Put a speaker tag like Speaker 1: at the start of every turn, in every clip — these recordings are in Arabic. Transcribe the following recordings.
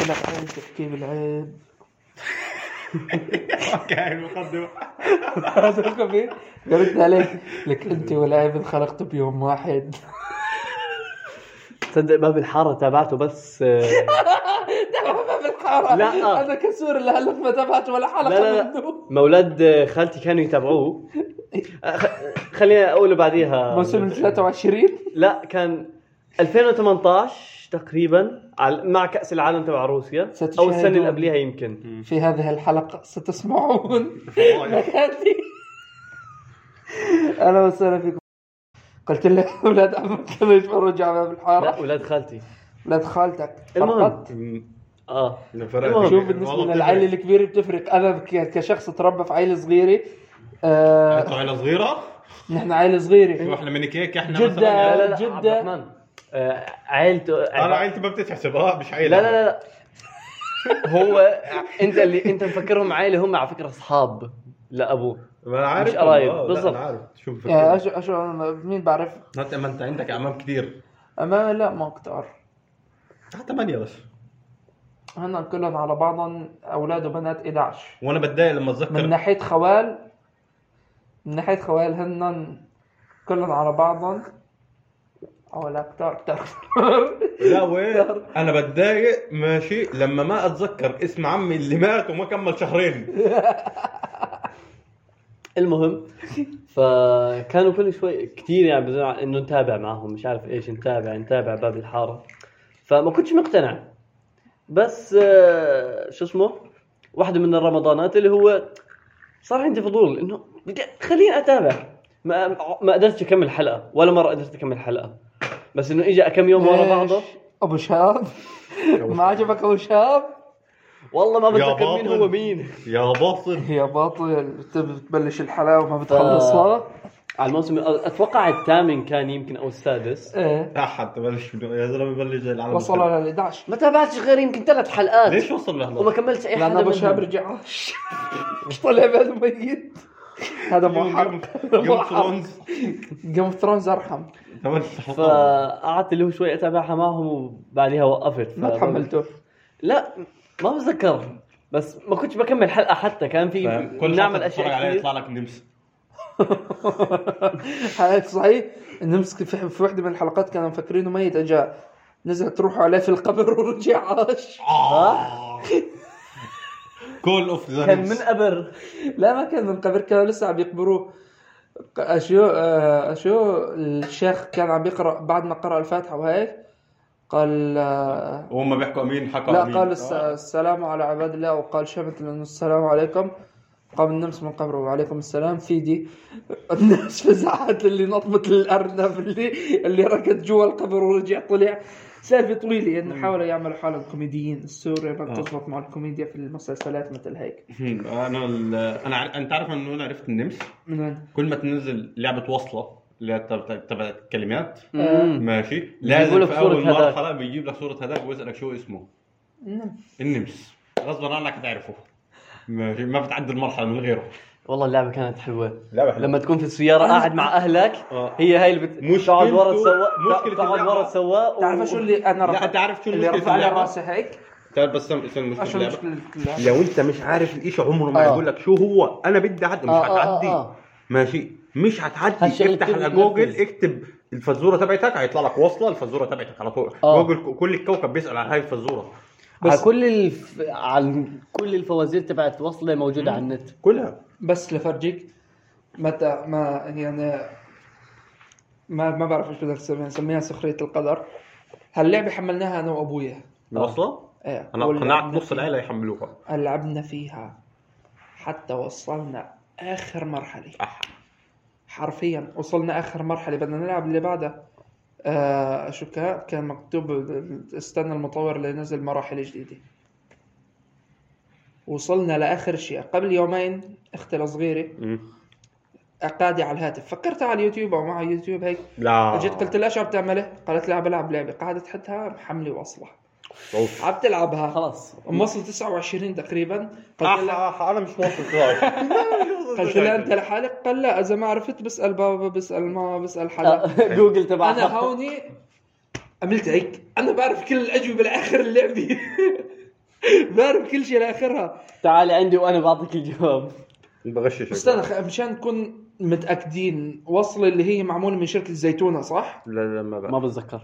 Speaker 1: العين تحكي بالعين
Speaker 2: كاين المقدمه
Speaker 1: هذا خبير رد عليك لك انت والعيب انخلقت بيوم واحد
Speaker 3: تصدق باب الحاره تابعته بس آه،
Speaker 1: ما بالحارة
Speaker 3: لا.
Speaker 1: انا كسور لهلا ما تابعت ولا حلقه
Speaker 3: لا، لا.
Speaker 1: منه
Speaker 3: مولاد آه، خالتي كانوا يتابعوه آه، خ- خلينا اقول بعديها
Speaker 1: موسم ال 23
Speaker 3: لا كان 2018 تقريبا على- مع كاس العالم تبع روسيا او السنه
Speaker 1: ستشاهدون.
Speaker 3: اللي قبليها يمكن
Speaker 1: في هذه الحلقه ستسمعون مكانتي اهلا وسهلا فيكم قلت له اولاد عمك كانوا يتفرجوا على باب
Speaker 3: لا
Speaker 1: الحاره
Speaker 3: اولاد خالتي
Speaker 1: اولاد خالتك
Speaker 3: المهم
Speaker 1: فقط
Speaker 3: اه
Speaker 2: فرقت.
Speaker 1: شوف بالنسبه
Speaker 2: والله
Speaker 1: للعائله
Speaker 2: بتفرق.
Speaker 1: الكبيره بتفرق انا ك- كشخص تربى في عائله صغيره آه
Speaker 2: انتوا عيله صغيره
Speaker 1: نحن عائله صغيره
Speaker 2: واحنا من هيك احنا
Speaker 1: جدا.
Speaker 3: لا
Speaker 2: مثلا
Speaker 3: لا لا
Speaker 1: جدة.
Speaker 3: عبد الرحمن آه، عائلته
Speaker 2: انا عيلتي ما بتتحسب اه مش عيله
Speaker 3: لا لا لا لا هو انت اللي انت مفكرهم عائله هم على فكره اصحاب لا ابوه
Speaker 2: ما انا عارف
Speaker 3: مش قرايب،
Speaker 2: آه، لا،
Speaker 3: بالضبط.
Speaker 2: أنا عارف شو
Speaker 1: آه،
Speaker 2: بفكر
Speaker 1: أشو أشو أنا مين بعرف
Speaker 2: حتى ما انت عندك اعمام كثير
Speaker 1: أمامي لا ما كتار
Speaker 2: حتى ثمانية بس
Speaker 1: هن كلهم على بعضهم أولاد وبنات 11
Speaker 2: وانا بتضايق لما اتذكر
Speaker 1: من ناحية خوال من ناحية خوال هن كلهم على بعضهم أو لا كتار كتار
Speaker 2: لا وين انا بتضايق ماشي لما ما اتذكر اسم عمي اللي مات وما كمل شهرين
Speaker 3: المهم فكانوا كل شوي كثير يعني بزن- انه نتابع معهم مش عارف ايش نتابع نتابع باب الحاره فما كنتش مقتنع بس آه، شو اسمه واحده من الرمضانات اللي هو صار عندي فضول انه بدي خليني اتابع ما ما قدرتش اكمل حلقه ولا مره قدرت اكمل حلقه بس انه اجى كم يوم ورا بعضه
Speaker 1: إيش؟ أبو شهاب ما عجبك أبو شهاب
Speaker 3: والله ما
Speaker 2: يا
Speaker 3: بتذكر مين
Speaker 2: باطل.
Speaker 3: هو مين
Speaker 2: يا باطل
Speaker 1: يا باطل بتبلش الحلاوة ما بتخلصها
Speaker 3: على الموسم اتوقع الثامن كان يمكن او السادس
Speaker 1: إيه
Speaker 2: حتى بلش بدو- يا زلمه بلش زي العالم
Speaker 1: وصل
Speaker 2: الخير.
Speaker 1: لل 11
Speaker 3: ما تابعتش غير يمكن ثلاث حلقات
Speaker 2: ليش وصل
Speaker 3: وما
Speaker 2: لهلا؟
Speaker 3: كملتش اي
Speaker 1: لأن
Speaker 3: حدا
Speaker 1: أبو شهاب
Speaker 3: منهم
Speaker 1: رجعش طلع بهذا الميت هذا موحد
Speaker 2: جيم اوف ثرونز
Speaker 1: جيم اوف ثرونز ارحم
Speaker 2: ثمان
Speaker 3: فقعدت اللي هو شوي اتابعها معهم وبعديها وقفت ف-
Speaker 1: ما تحملته
Speaker 3: لا ما بتذكر بس ما كنتش بكمل حلقه حتى كان في
Speaker 2: كل
Speaker 3: طيب، نعمل
Speaker 2: نعمل
Speaker 3: اشياء
Speaker 2: اشياء
Speaker 3: كثير
Speaker 2: يطلع لك نمس
Speaker 1: حقيقة صحيح نمسك في, في وحده من الحلقات كانوا مفكرينه ميت اجا نزلت روحه عليه في القبر ورجع عاش
Speaker 2: آه. كول اوف ذا
Speaker 3: كان من
Speaker 2: نمس
Speaker 3: قبر
Speaker 1: لا ما كان من قبر كانوا لسه عم يقبروه ق- اشيو آه، اشيو الشيخ كان عم يقرا بعد ما قرا الفاتحه وهيك قال آه،
Speaker 2: وهم بيحكوا امين حكوا
Speaker 1: لا
Speaker 2: امين
Speaker 1: قال الس- السلام على عباد الله وقال شبت لأنه السلام عليكم قام النمس من قبره وعليكم السلام فيدي الناس فزعت اللي نطمت للارنب اللي اللي ركض جوا القبر ورجع طلع سالفه طويله انه حاولوا يعملوا حالهم كوميديين السوري ما
Speaker 2: آه.
Speaker 1: بتزبط مع الكوميديا في المسلسلات مثل هيك
Speaker 2: هم، انا ال- انا عار- انت عارف انه انا عرفت النمس
Speaker 1: من وين؟
Speaker 2: كل ما تنزل لعبه وصله اللي هي تبع تبع الكلمات
Speaker 3: مم.
Speaker 2: ماشي
Speaker 3: بيجيبوا
Speaker 2: لازم
Speaker 3: لك
Speaker 2: في
Speaker 3: صورة
Speaker 2: اول
Speaker 3: هداك.
Speaker 2: مرحله بيجيب لك صوره هذاك ويسالك شو اسمه
Speaker 1: نعم.
Speaker 2: النمس غصبا عنك تعرفه ماشي ما بتعدي المرحله من غيره
Speaker 3: والله اللعبه كانت حلوه
Speaker 2: لعبه
Speaker 3: لما تكون في السياره قاعد مع اهلك
Speaker 2: آه.
Speaker 3: هي هاي اللي بت-
Speaker 2: مشكلته-
Speaker 3: تقعد ورا السواق
Speaker 2: مشكلة
Speaker 3: تقعد ورا
Speaker 2: اللعبة.
Speaker 3: السواق و-
Speaker 1: تعرف شو اللي انا
Speaker 2: لا
Speaker 1: رفعت
Speaker 2: تعرف شو
Speaker 1: اللي
Speaker 2: المشكله في
Speaker 1: رفع لي
Speaker 2: اللعبة؟
Speaker 1: راسي هيك
Speaker 2: تعرف بس استنى استنى
Speaker 1: شو
Speaker 2: المشكله في
Speaker 1: المشكله اللي-
Speaker 2: لو انت مش عارف الاشي عمره ما
Speaker 3: آه.
Speaker 2: يقول لك شو هو انا بدي اعدي مش
Speaker 3: آه، آه، آه،
Speaker 2: هتعدي
Speaker 3: آه.
Speaker 2: ماشي مش هتعدي
Speaker 3: هالشغلة
Speaker 2: افتح
Speaker 3: كتير
Speaker 2: على جوجل
Speaker 3: بتنفذ.
Speaker 2: اكتب الفزوره تبعتك هيطلع لك وصله الفزوره تبعتك على طول
Speaker 3: آه.
Speaker 2: جوجل كل الكوكب بيسال عن هاي الفزوره
Speaker 3: على
Speaker 1: بس-
Speaker 3: كل الف... على كل الفوازير تبعت وصله موجوده على النت
Speaker 2: كلها
Speaker 1: بس لفرجيك متى ما يعني ما ما بعرف ايش بدنا نسميها نسميها سخريه يعني القدر هاللعبه حملناها انا وابويا
Speaker 2: وصله
Speaker 1: ايه
Speaker 2: انا اقنعت نص العيله يحملوها
Speaker 1: لعبنا فيها حتى وصلنا اخر مرحله
Speaker 2: أح.
Speaker 1: حرفيا وصلنا اخر مرحله بدنا نلعب اللي بعدها آه شو كان كان مكتوب استنى المطور لينزل مراحل جديده وصلنا لاخر شيء قبل يومين اختي الصغيره
Speaker 2: مم.
Speaker 1: قاعدة على الهاتف فكرتها على اليوتيوب او مع اليوتيوب هيك
Speaker 2: لا
Speaker 1: اجيت قلت لها شو بتعملي؟ قالت لها بلعب لعبه قعدت حدها محمله واصله
Speaker 2: أوف.
Speaker 1: عم تلعبها
Speaker 3: خلاص
Speaker 1: أم وصل 29 تقريبا قلت
Speaker 2: أح
Speaker 1: لها
Speaker 2: أح انا مش واثق صراحة.
Speaker 1: قلت لها انت لحالك قال لا اذا ما عرفت بسال بابا بسال ماما بسال حدا
Speaker 3: آه، جوجل تبعها
Speaker 1: انا هوني عملت هيك انا بعرف كل الاجوبه لاخر اللعبه ضارب كل شيء لاخرها
Speaker 3: تعال عندي وانا بعطيك الجواب
Speaker 2: بغششك
Speaker 1: استنى خ- مشان نكون متاكدين وصله اللي هي معموله من شركه الزيتونه صح؟
Speaker 2: لا لا ما
Speaker 3: ما
Speaker 2: بعرف
Speaker 3: بتذكر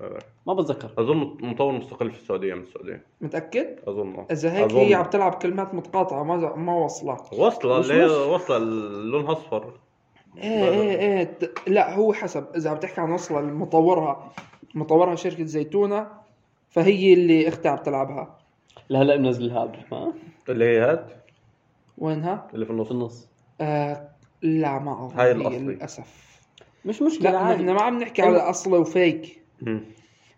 Speaker 2: ما بعرف.
Speaker 3: ما بتذكر
Speaker 2: اظن مطور مستقل في السعوديه من السعوديه
Speaker 1: متاكد؟
Speaker 2: اظن آه.
Speaker 1: اذا هيك
Speaker 2: أظن.
Speaker 1: هي عم تلعب كلمات متقاطعه ما ما واصله
Speaker 2: واصله
Speaker 1: مش-
Speaker 2: ليه
Speaker 1: مش.
Speaker 2: واصله لونها اصفر
Speaker 3: إيه،
Speaker 1: ايه ايه ايه ت- لا هو حسب اذا عم تحكي عن وصله مطورها مطورها شركه زيتونه فهي اللي اختها عم تلعبها
Speaker 3: لهلا منزلها قبل ما
Speaker 2: اللي هي هاد
Speaker 1: وينها؟
Speaker 2: اللي في
Speaker 3: في
Speaker 2: النص
Speaker 3: النص
Speaker 1: آه لا ما اظن
Speaker 2: هاي
Speaker 1: هي
Speaker 2: الأصلي.
Speaker 1: للاسف
Speaker 3: مش مشكله
Speaker 1: لا نعم.
Speaker 3: عادي.
Speaker 1: نحن ما عم نحكي على اصله وفيك
Speaker 2: مم.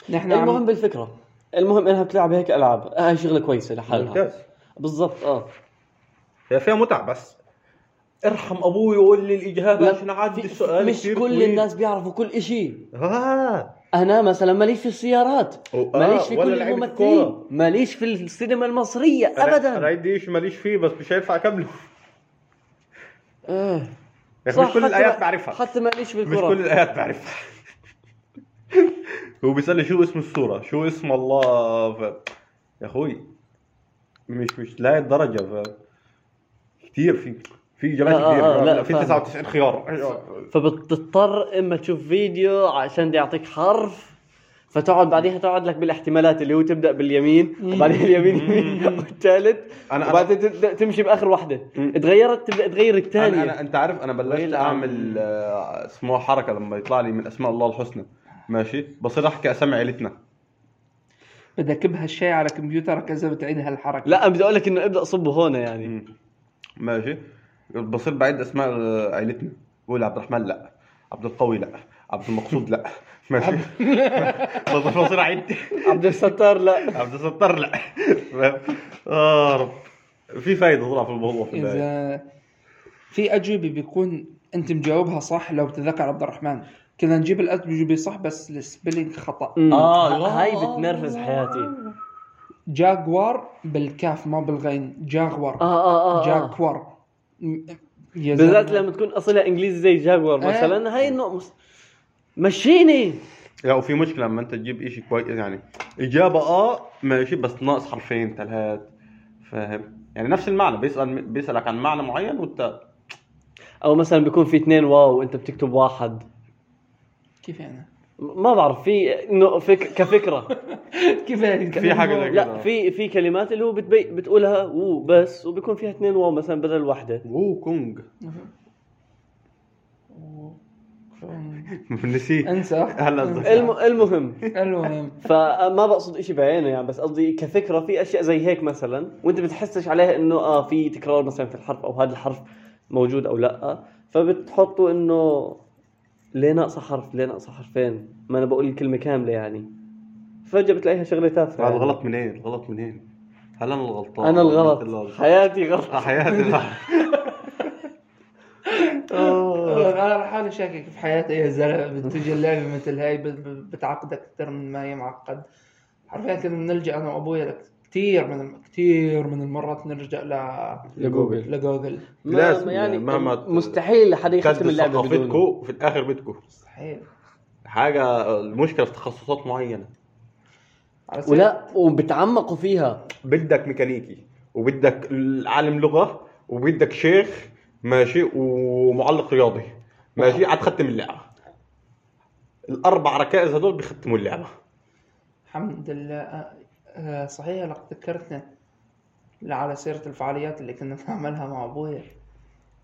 Speaker 1: نحن
Speaker 3: المهم
Speaker 1: عم
Speaker 3: بالفكره المهم انها بتلعب هيك آه، العاب هاي شغله كويسه لحالها
Speaker 2: ممتاز
Speaker 3: بالضبط اه
Speaker 2: هي فيها متعه بس ارحم ابوي وقول لي الاجابه
Speaker 3: لا،
Speaker 2: عشان اعدي
Speaker 3: في-
Speaker 2: السؤال
Speaker 3: مش
Speaker 2: كتير
Speaker 3: كل
Speaker 2: طويل.
Speaker 3: الناس بيعرفوا كل شيء
Speaker 2: اه
Speaker 3: انا مثلا ماليش في السيارات
Speaker 2: أو- آه،
Speaker 3: ماليش في
Speaker 2: ولا
Speaker 3: كل
Speaker 2: لعيبة
Speaker 3: الممثلين
Speaker 2: كورة.
Speaker 3: ماليش في السينما المصريه
Speaker 2: أنا- انا
Speaker 3: ابدا
Speaker 2: عندي شيء ماليش فيه بس مش هينفع اكمله
Speaker 3: آه.
Speaker 2: يا أخي مش كل
Speaker 3: حتى
Speaker 2: الايات
Speaker 3: ما-
Speaker 2: بعرفها
Speaker 3: حتى ماليش في
Speaker 2: مش
Speaker 3: الكره
Speaker 2: كل الايات بعرفها هو بيسالني شو اسم السوره شو اسم الله ف... يا اخوي مش مش لهي الدرجه ف... كثير في في اجابات
Speaker 3: آه، آه،
Speaker 2: كثير
Speaker 3: آه، لا،
Speaker 2: في
Speaker 3: فاهم.
Speaker 2: 99 خيار
Speaker 3: فبتضطر اما تشوف فيديو عشان بدي يعطيك حرف فتقعد بعديها تقعد لك بالاحتمالات اللي هو تبدا باليمين وبعدين اليمين يمين والثالث
Speaker 2: أنا- أنا-
Speaker 3: وبعدين تبدا تمشي باخر واحده
Speaker 2: مم.
Speaker 3: تغيرت تبدا تغير الثانيه
Speaker 2: انا انا انت عارف انا بلشت
Speaker 3: ويلعن.
Speaker 2: اعمل آه، اسمه حركه لما يطلع لي من اسماء الله الحسنى ماشي بصير احكي اسامي عيلتنا
Speaker 1: بدك بهالشيء على كمبيوترك اذا بتعيد هالحركه
Speaker 3: لا بدي اقول لك انه ابدا صبه هون يعني
Speaker 2: مم. ماشي بصير بعد اسماء آه، عيلتنا بقول عبد الرحمن لا عبد القوي لا عبد المقصود لا ماشي بصير بصير عيد
Speaker 3: عبد الستار لا
Speaker 2: عبد الستار لا اه رب في فايده طلع في الموضوع في البدايه
Speaker 1: اذا في اجوبه بيكون انت مجاوبها صح لو بتتذكر عبد الرحمن كنا نجيب الاجوبه صح بس السبيلينج خطا
Speaker 3: اه هاي بتنرفز حياتي
Speaker 1: جاكوار بالكاف ما بالغين
Speaker 3: اه
Speaker 1: جاغور
Speaker 3: اه اه, آه.
Speaker 1: جاكوار م- يا
Speaker 3: بالذات
Speaker 1: زلمة.
Speaker 3: لما تكون اصلها انجليزي زي جاكور
Speaker 1: آه.
Speaker 2: إيه.
Speaker 3: مثلا هاي انه مس- مشيني
Speaker 2: لا يعني وفي مشكله لما انت تجيب شيء كويس يعني اجابه اه ماشي بس ناقص حرفين ثلاث فاهم يعني نفس المعنى بيسال بيسالك عن معنى معين وانت
Speaker 3: او مثلا بيكون في اثنين واو وانت بتكتب واحد
Speaker 1: كيف يعني
Speaker 3: ما بعرف في انه فك... كفكره
Speaker 1: كيف يعني
Speaker 2: في حاجة زي كده.
Speaker 3: لا في في كلمات اللي هو بتبي... بتقولها وو بس وبيكون فيها اثنين واو مثلا بدل واحده
Speaker 2: وو كونج نسيت
Speaker 1: انسى
Speaker 2: هلا اتذكرت.
Speaker 3: الم... المهم
Speaker 1: المهم
Speaker 3: فما بقصد إشي بعينه يعني بس قصدي كفكره في اشياء زي هيك مثلا وانت بتحسش عليها انه اه في تكرار مثلا في الحرف او هذا الحرف موجود او لا فبتحطوا انه ليه ناقصه حرف ليه ناقصه حرفين ما انا بقول الكلمه كامله يعني فجاه بتلاقيها شغله تافهه
Speaker 2: هذا
Speaker 3: يعني.
Speaker 2: الغلط منين الغلط منين هل انا الغلطان
Speaker 3: انا الغلط
Speaker 2: الله.
Speaker 3: حياتي غلط
Speaker 2: آه، حياتي صح.
Speaker 3: آه.
Speaker 1: انا لحالي شاكك في حياتي يا زلمه بتجي اللعبه مثل هاي بت- بتعقدك اكثر من ما هي معقد حرفيا كنا بنلجا انا وابويا لك كثير من الم... كثير من المرات نرجع ل
Speaker 3: لجوجل.
Speaker 1: لجوجل
Speaker 3: ما-
Speaker 2: لازم
Speaker 3: يعني
Speaker 2: مهما ت-
Speaker 3: مستحيل حدا يختم
Speaker 2: تجدد
Speaker 3: اللعبه
Speaker 2: ثقافتكم
Speaker 3: بدونه
Speaker 2: وفي الاخر بدكم
Speaker 1: صحيح
Speaker 2: حاجه المشكله في تخصصات معينه
Speaker 1: على سبيل-
Speaker 3: ولا وبتعمقوا فيها
Speaker 2: بدك ميكانيكي وبدك عالم لغه وبدك شيخ ماشي ومعلق رياضي ماشي هتختم اللعبه الاربع ركائز هذول بيختموا اللعبه
Speaker 1: الحمد لله آه، آه، صحيح لقد ذكرتنا على سيرة الفعاليات اللي كنا نعملها مع أبويا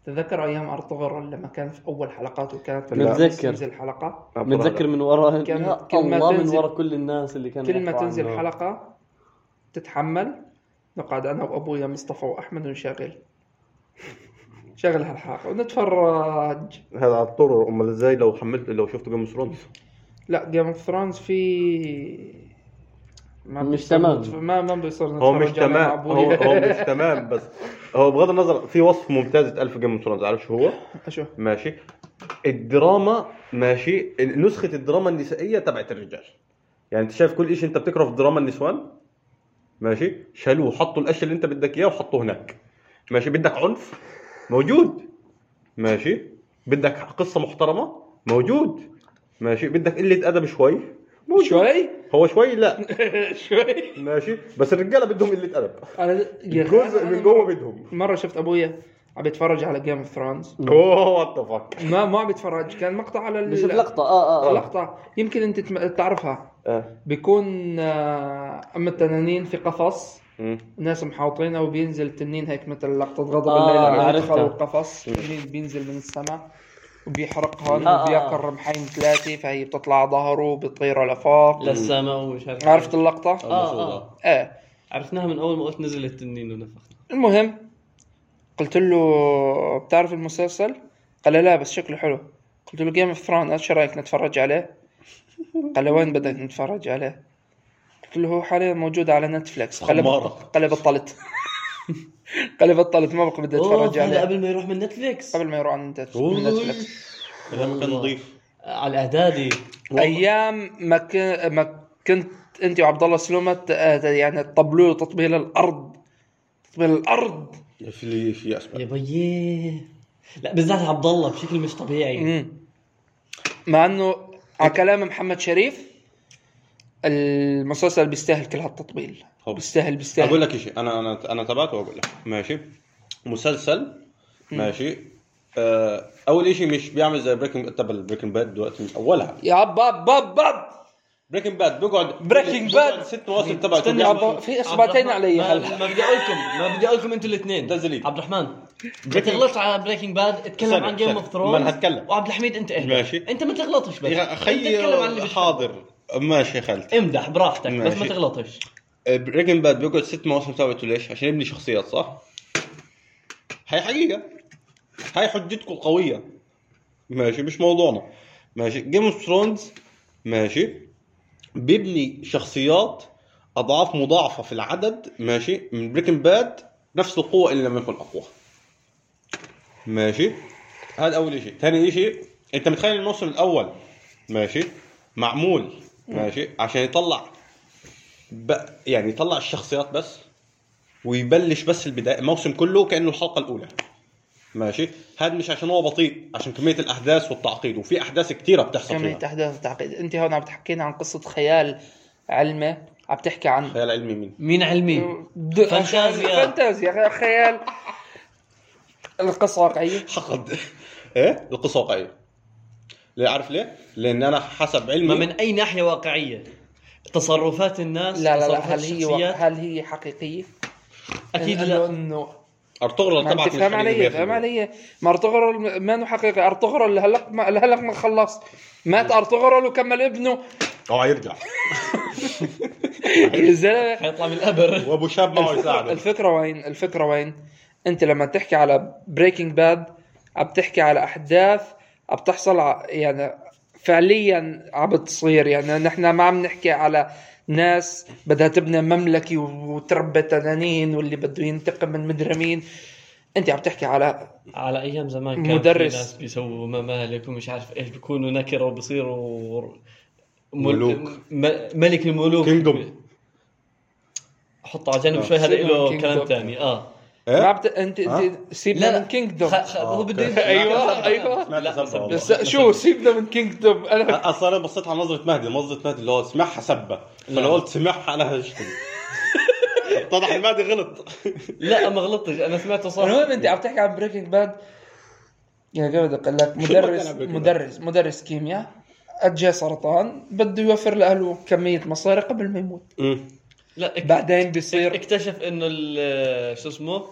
Speaker 1: تذكر أيام أرطغرل لما كان في أول حلقاته كانت
Speaker 2: لا.
Speaker 3: متذكر.
Speaker 1: تنزل الحلقة
Speaker 3: متذكر من وراء
Speaker 1: كان-
Speaker 3: لا،
Speaker 1: كل ما
Speaker 3: الله من
Speaker 1: تنزل-
Speaker 3: وراء كل الناس اللي كانوا
Speaker 1: كل ما
Speaker 3: يحكوا
Speaker 1: تنزل
Speaker 3: عنه.
Speaker 1: حلقة تتحمل نقعد أنا وأبويا مصطفى وأحمد ونشغل شغل هالحلقة ونتفرج
Speaker 2: هذا على الطرق امال ازاي لو حملت لو شفت جيم اوف ثرونز
Speaker 1: لا جيم اوف ثرونز في ما
Speaker 3: مش
Speaker 1: بيصير
Speaker 3: تمام.
Speaker 1: نتف- ما ما بيصير
Speaker 2: هو مش
Speaker 1: نتفرج أنا مع
Speaker 2: تمام هو,
Speaker 1: أبويا.
Speaker 2: هو مش تمام بس هو بغض النظر في وصف ممتاز اتقال في جيم اوف ثرونز عارف شو هو؟
Speaker 1: أشوف
Speaker 2: ماشي الدراما ماشي نسخه الدراما النسائيه تبعت الرجال يعني انت شايف كل شيء انت بتكره في الدراما النسوان ماشي شالوه وحطوا الاشياء اللي انت بدك اياها وحطوه هناك ماشي بدك عنف موجود ماشي بدك قصه محترمه موجود ماشي بدك قله ادب شوي موجود.
Speaker 1: شوي
Speaker 2: هو شوي لا
Speaker 1: شوي
Speaker 2: ماشي بس الرجاله بدهم قله ادب
Speaker 1: انا يا أخي،
Speaker 2: جزء
Speaker 1: أنا
Speaker 2: من جوه بدهم
Speaker 1: مره شفت ابويا عم يتفرج على جيم اوف ثرونز
Speaker 2: اوه وات ذا فك
Speaker 1: ما ما عم يتفرج كان مقطع على ال-
Speaker 4: بشوف لقطه اه اه, آه.
Speaker 1: لقطه يمكن انت تم- تعرفها بيكون آه، ام التنانين في قفص ناس محاوطينه وبينزل التنين هيك مثل لقطه غضب
Speaker 4: آه،
Speaker 1: الليل
Speaker 4: عرفتها.
Speaker 1: يدخل القفص التنين بينزل من السماء وبيحرقهم
Speaker 4: آه، آه، آه.
Speaker 1: وبياكل رمحين ثلاثه فهي بتطلع ظهره بيطير لفوق
Speaker 3: للسما ومش عارف
Speaker 1: عرفت اللقطه؟
Speaker 3: آه، آه.
Speaker 1: ايه
Speaker 3: عرفناها من اول ما قلت نزل التنين ونفخنا
Speaker 1: المهم قلت له بتعرف المسلسل؟ قال لي لا بس شكله حلو قلت له جيم اوف ثرونز شو رايك نتفرج عليه؟ قال لي وين بدك نتفرج عليه؟ قلت له هو حاليا موجود على نتفلكس قال لي
Speaker 2: خمارة.
Speaker 1: بط- قال لي بطلت قال لي بطلت ما بقى بدي اتفرج
Speaker 3: أوه،
Speaker 1: عليه
Speaker 3: هذا قبل ما يروح من نتفليكس
Speaker 1: قبل ما يروح عن نت-
Speaker 2: أوه.
Speaker 1: من نتفلكس
Speaker 2: كلام كان نظيف
Speaker 3: آه، على الاعدادي
Speaker 1: ايام ما ك- ما كنت انت وعبد الله سلومه ت- آه، يعني تطبلوا تطبيل الارض تطبيل الارض
Speaker 2: في لي في اسمع
Speaker 3: يا بيي لا بالذات عبد الله بشكل مش طبيعي
Speaker 1: مم. مع انه على كلام محمد شريف المسلسل بيستاهل كل هالتطبيل
Speaker 2: هو
Speaker 1: بيستاهل بيستاهل
Speaker 2: اقول طيب، لك شيء انا انا انا تابعته واقول لك ماشي مسلسل ماشي آه اول شيء مش بيعمل زي بريكنج تبع بريكنج باد دلوقتي من اولها
Speaker 1: يا باب باب باب
Speaker 2: بريكنج باد بيقعد
Speaker 1: Breaking
Speaker 2: بيقعد
Speaker 1: Bad.
Speaker 2: ست مواسم تبعته
Speaker 1: استنى
Speaker 2: بيعمل-
Speaker 1: عبا- في
Speaker 3: عبد الرحمن،
Speaker 1: اصبعتين علي
Speaker 3: ما,
Speaker 1: هلا
Speaker 3: ما بدي اقول لكم ما بدي اقول لكم انتوا الاثنين
Speaker 2: ده زليل.
Speaker 3: عبد الرحمن انت غلطت على بريكنج باد اتكلم
Speaker 2: ثانية،
Speaker 3: عن جيم
Speaker 2: ثانية.
Speaker 3: اوف ثرونز
Speaker 2: ما أنا هتكلم.
Speaker 3: وعبد الحميد انت اهدى
Speaker 2: ماشي.
Speaker 3: انت ما تغلطش بس
Speaker 2: يا
Speaker 3: انت
Speaker 2: اخي
Speaker 3: اتكلم عن اللي بتحبه.
Speaker 2: حاضر ماشي يا خالتي
Speaker 3: امدح براحتك بس ما
Speaker 2: ماشي.
Speaker 3: تغلطش
Speaker 2: بريكن باد آه، بيقعد ست مواسم تابعته ليش؟ عشان يبني شخصيات صح؟ هاي حقيقة هاي حجتكم القوية ماشي مش موضوعنا ماشي جيم اوف ثرونز ماشي بيبني شخصيات اضعاف مضاعفة في العدد ماشي من بريكن باد نفس القوة ان لم يكن اقوى ماشي هذا اول شيء ثاني شيء انت متخيل الموسم الاول ماشي معمول ماشي عشان يطلع ب... يعني يطلع الشخصيات بس ويبلش بس البدايه الموسم كله كانه الحلقه الاولى ماشي هذا مش عشان هو بطيء عشان كميه الاحداث والتعقيد وفي احداث كثيره بتحصل
Speaker 1: كمية
Speaker 2: فيها
Speaker 1: احداث تعقيد انت هون عم تحكينا عن قصة خيال علمي عم تحكي عن
Speaker 2: خيال علمي مين
Speaker 3: مين علمي
Speaker 1: د-
Speaker 3: فانتازيا.
Speaker 1: فانتازيا خيال القصة واقعية
Speaker 2: حقد ايه القصه واقعيه ليه عارف ليه؟ لان انا حسب
Speaker 3: ما
Speaker 2: علمي
Speaker 3: من اي ناحيه واقعيه تصرفات الناس
Speaker 1: لا لا لا
Speaker 3: تصرفات
Speaker 1: هل هي
Speaker 3: الشخصيات؟
Speaker 1: واق- هل هي حقيقية؟
Speaker 3: اكيد
Speaker 1: إنه-
Speaker 3: لا
Speaker 1: انه
Speaker 2: ارطغرل
Speaker 1: ما
Speaker 2: تبعك مش
Speaker 1: تفهم
Speaker 2: حقيقي
Speaker 1: علي فهم
Speaker 2: 100%.
Speaker 1: علي ما ارطغرل ما انه حقيقي ارطغرل هلق ما هلق ما خلص مات ارطغرل وكمل ابنه
Speaker 2: اه يرجع
Speaker 1: يا زلمه
Speaker 3: حيطلع من الابر
Speaker 2: وابو شاب معه يساعده
Speaker 1: الفكره وين الفكره وين انت لما تحكي على بريكنج باد عم تحكي على احداث عم تحصل ع- يعني فعليا عم بتصير يعني نحن ما عم نحكي على ناس بدها تبني مملكه وتربى تنانين واللي بده ينتقم من مدري مين انت عم تحكي على
Speaker 3: على ايام زمان كان
Speaker 1: مدرس.
Speaker 3: في ناس بيسووا ممالك ومش عارف ايش بيكونوا نكره وبصيروا مل-
Speaker 2: ملوك.
Speaker 3: م- ملك الملوك
Speaker 2: كينجدوم
Speaker 3: حطه على جنب
Speaker 2: آه.
Speaker 3: شوي هذا
Speaker 1: Seven
Speaker 3: له
Speaker 1: Kingdom.
Speaker 3: كلام ثاني اه
Speaker 1: ما
Speaker 2: ايه
Speaker 1: عم ت... انت
Speaker 2: ها؟
Speaker 1: انت سيبنا
Speaker 3: لا
Speaker 1: من
Speaker 3: لا
Speaker 1: كينجدوم
Speaker 3: خ- خ-
Speaker 2: آه،
Speaker 3: هو بده يمشي.
Speaker 1: ايوه ايوه
Speaker 2: سمعت سبة والله.
Speaker 1: بس شو سيبنا من كينجدوم انا
Speaker 2: اصلا انا بصيت على نظره مهدي نظره مهدي اللي هو سمعها سبه فانا
Speaker 3: نعم.
Speaker 2: قلت سمعها انا هشتم اتضح المهدي غلط
Speaker 3: لا ما غلطتش انا سمعته صح
Speaker 1: المهم انت عم تحكي عن بريكنج باد يا قبل قال لك
Speaker 2: شو بدك
Speaker 1: مدرس
Speaker 2: عن Breaking Bad؟
Speaker 1: مدرس مدرس كيمياء اجى سرطان بده يوفر لاهله كميه مصاري قبل ما يموت
Speaker 3: لا اك-
Speaker 1: بعدين بيصير
Speaker 3: اكتشف انه ال- شو اسمه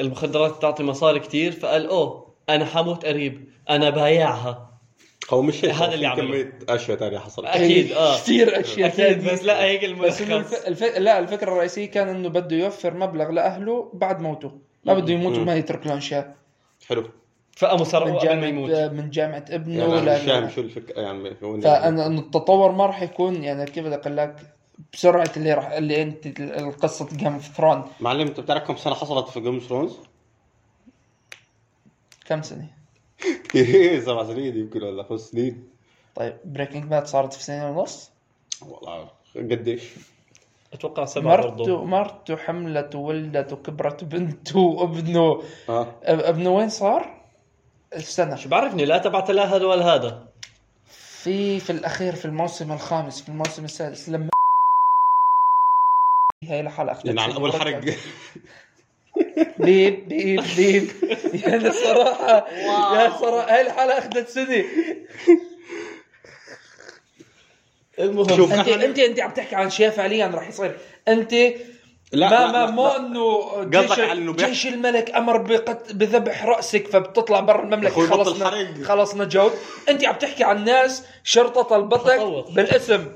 Speaker 3: المخدرات تعطي مصاري كتير فقال اوه انا حموت قريب انا بايعها
Speaker 2: هو مش هيك.
Speaker 3: هذا
Speaker 2: في
Speaker 3: اللي عمله.
Speaker 2: كميه اشياء ثانيه حصلت
Speaker 3: اكيد اه
Speaker 1: إيه، كثير اشياء
Speaker 3: اكيد
Speaker 1: تانية.
Speaker 3: بس لا هيك
Speaker 1: بس إنه
Speaker 3: الملخص
Speaker 1: الف... الف... لا الفكره الرئيسيه كان انه بده يوفر مبلغ لاهله بعد موته ما بده يموت
Speaker 2: مم.
Speaker 1: وما يترك لهم شيء
Speaker 2: حلو
Speaker 3: فقاموا
Speaker 1: من
Speaker 3: سرقوه قبل ما يموت
Speaker 1: جامعه من جامعه ابنه
Speaker 2: يعني انا مش
Speaker 1: ولا
Speaker 2: فاهم شو الفكره يعني هو إنه-
Speaker 1: فانا إنه التطور ما راح يكون يعني كيف بدي اقول لك بسرعه اللي راح اللي انت القصه جيم اوف ثرون
Speaker 2: معلم انت بتعرف كم سنه حصلت في جيم ثرونز؟
Speaker 1: كم سنه؟
Speaker 2: سبع سنين يمكن ولا خمس سنين
Speaker 1: طيب بريكنج باد صارت في سنه ونص
Speaker 2: والله عارف. قديش؟
Speaker 3: اتوقع سبعه برضه
Speaker 1: مرته مرته حملت وولدت وكبرت بنته وابنه
Speaker 2: اه
Speaker 1: ابنه وين صار؟ السنه
Speaker 3: شو بعرفني لا تبعت لا هذا ولا هذا
Speaker 1: في في الاخير في الموسم الخامس في الموسم السادس لما هاي لحالها اختفت
Speaker 2: يعني على اول حرق
Speaker 1: بيب بيب بيب يعني صراحة يا صراحة هاي الحلقة أخذت سنة
Speaker 3: المهم
Speaker 2: شوف.
Speaker 1: أنت أنت أنت عم تحكي عن شيء فعليا راح يصير أنت
Speaker 2: لا
Speaker 1: ما
Speaker 2: لا،
Speaker 1: ما
Speaker 2: لا،
Speaker 1: مو انه جيش
Speaker 2: قصدك على إنه بيح-
Speaker 1: جيش الملك امر بقت بذبح راسك فبتطلع برا المملكه
Speaker 2: أخوي بطل
Speaker 1: خلصنا
Speaker 2: حريق.
Speaker 1: خلصنا جو انت عم تحكي عن ناس شرطه طلبتك
Speaker 3: خطوط.
Speaker 1: بالاسم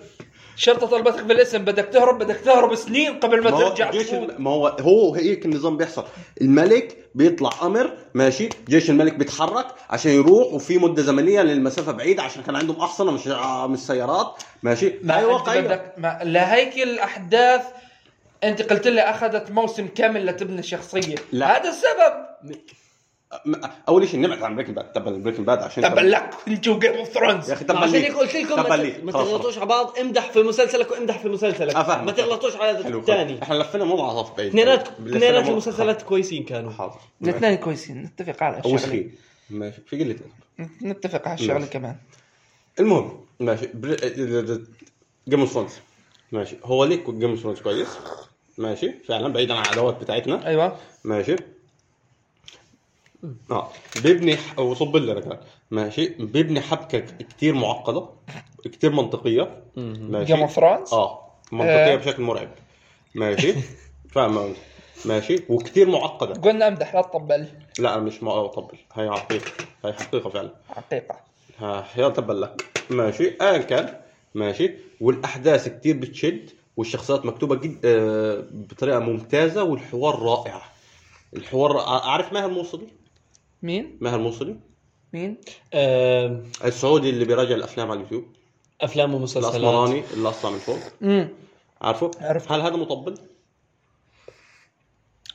Speaker 1: شرطه طلبتك بالاسم بدك تهرب بدك تهرب سنين قبل ما
Speaker 2: ما هو
Speaker 1: ترجع
Speaker 2: جيش
Speaker 1: تفوت.
Speaker 2: الم- ما هو هو هيك النظام بيحصل الملك بيطلع امر ماشي جيش الملك بيتحرك عشان يروح وفي مده زمنيه للمسافه بعيده عشان كان عندهم احصنه مش آه، مش سيارات ماشي
Speaker 1: ما أيوة.
Speaker 2: هاي
Speaker 1: أنت
Speaker 2: واقعية.
Speaker 1: بدك ما لهيك الاحداث انت قلت لي اخذت موسم كامل لتبني الشخصيه
Speaker 2: لا.
Speaker 1: هذا السبب
Speaker 2: م- اول شيء نبعد عن بريكنج باد تبا بريكنج باد عشان
Speaker 1: تبا لك انت وجيم اوف ثرونز
Speaker 2: يا اخي تبا
Speaker 3: عشان
Speaker 2: ليك.
Speaker 3: هيك قلت لكم
Speaker 2: تبا
Speaker 3: ما
Speaker 2: ليك.
Speaker 3: ت- ما
Speaker 2: خلاص،
Speaker 3: تغلطوش على بعض امدح في مسلسلك وامدح في مسلسلك
Speaker 2: أفهم.
Speaker 3: ما تغلطوش على
Speaker 2: حلو
Speaker 3: الثاني
Speaker 2: احنا لفينا مو على صف بعيد
Speaker 3: اثنيناتكم
Speaker 2: لفينا
Speaker 3: اثنينات
Speaker 2: مو-
Speaker 3: المسلسلات كويسين كانوا
Speaker 2: حاضر
Speaker 1: الاثنين كويسين نتفق على
Speaker 2: اول
Speaker 1: الشغله
Speaker 2: شيء ماشي في قله أدب.
Speaker 1: نتفق على الشغله
Speaker 2: ماشي.
Speaker 1: كمان
Speaker 2: المهم ماشي جيم اوف ثرونز ماشي هو ليك جيم اوف ثرونز كويس ماشي فعلا بعيدا عن العداوات بتاعتنا
Speaker 1: ايوه
Speaker 2: ماشي اه بيبني ح- وصب لي انا كمان ماشي بيبني حبكه كتير معقده كتير منطقيه ماشي
Speaker 1: جيم اوف ثرونز
Speaker 2: اه منطقيه
Speaker 1: آه.
Speaker 2: بشكل مرعب ماشي فاهم ماشي وكتير معقده
Speaker 1: قلنا امدح لا تطبل
Speaker 2: لا أنا مش ما اطبل هي حقيقه هي حقيقه فعلا
Speaker 1: حقيقه
Speaker 2: ها يلا تبا لك ماشي ايا كان ماشي والاحداث كتير بتشد والشخصيات مكتوبه جد آه، بطريقه ممتازه والحوار رائع الحوار اعرف ماهر موصلي
Speaker 1: مين
Speaker 2: ماهر موصلي
Speaker 1: مين
Speaker 3: آم،
Speaker 2: السعودي اللي بيراجع الافلام على اليوتيوب
Speaker 3: افلام ومسلسلات
Speaker 2: الاسمراني اللي اصلع من فوق
Speaker 1: امم
Speaker 2: عارفه
Speaker 1: عرفت.
Speaker 2: هل هذا مطبل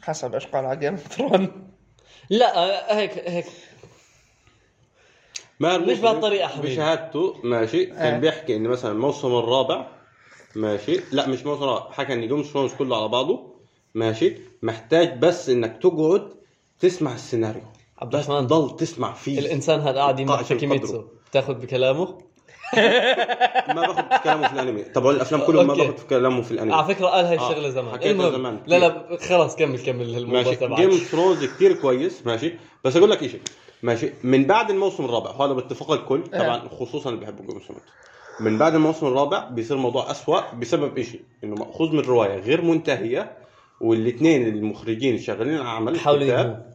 Speaker 1: حسب ايش قال على جيم اوف ثرونز
Speaker 3: لا آه، هيك هيك
Speaker 2: ماهر
Speaker 3: مش
Speaker 2: موصلي
Speaker 3: بهالطريقة حبيبي.
Speaker 2: بشهادته ماشي
Speaker 1: آه.
Speaker 2: كان بيحكي ان مثلا الموسم الرابع ماشي لا مش موسم رابع حكى ان جيم اوف ثرونز كله على بعضه ماشي محتاج بس انك تقعد تسمع السيناريو
Speaker 3: عبد
Speaker 2: بس
Speaker 3: الرحمن.
Speaker 2: تضل تسمع فيه
Speaker 3: الانسان هذا قاعد يمدح
Speaker 2: قاعد
Speaker 3: في كيميتسو تاخذ بكلامه
Speaker 2: ما باخد في كلامه في الانمي طب هو الافلام كلهم ما
Speaker 3: أوكي.
Speaker 2: باخد في كلامه في الانمي
Speaker 3: على فكره قال هاي
Speaker 2: آه،
Speaker 3: الشغله زمان
Speaker 2: حكيتها
Speaker 3: المهم
Speaker 2: زمان.
Speaker 3: لا لا خلاص كمل كمل الموضوع
Speaker 2: ماشي
Speaker 3: تبعك
Speaker 2: جيم اوف ثرونز كتير كويس ماشي بس اقول لك شيء ماشي من بعد الموسم الرابع هذا باتفاق الكل طبعا خصوصا اللي بيحبوا جيم اوف ثرونز من بعد الموسم الرابع بيصير الموضوع أسوأ بسبب شيء انه ماخوذ من روايه غير منتهيه والاثنين المخرجين شغالين على عمل
Speaker 3: حاولوا
Speaker 2: كتاب،
Speaker 3: ينهوه.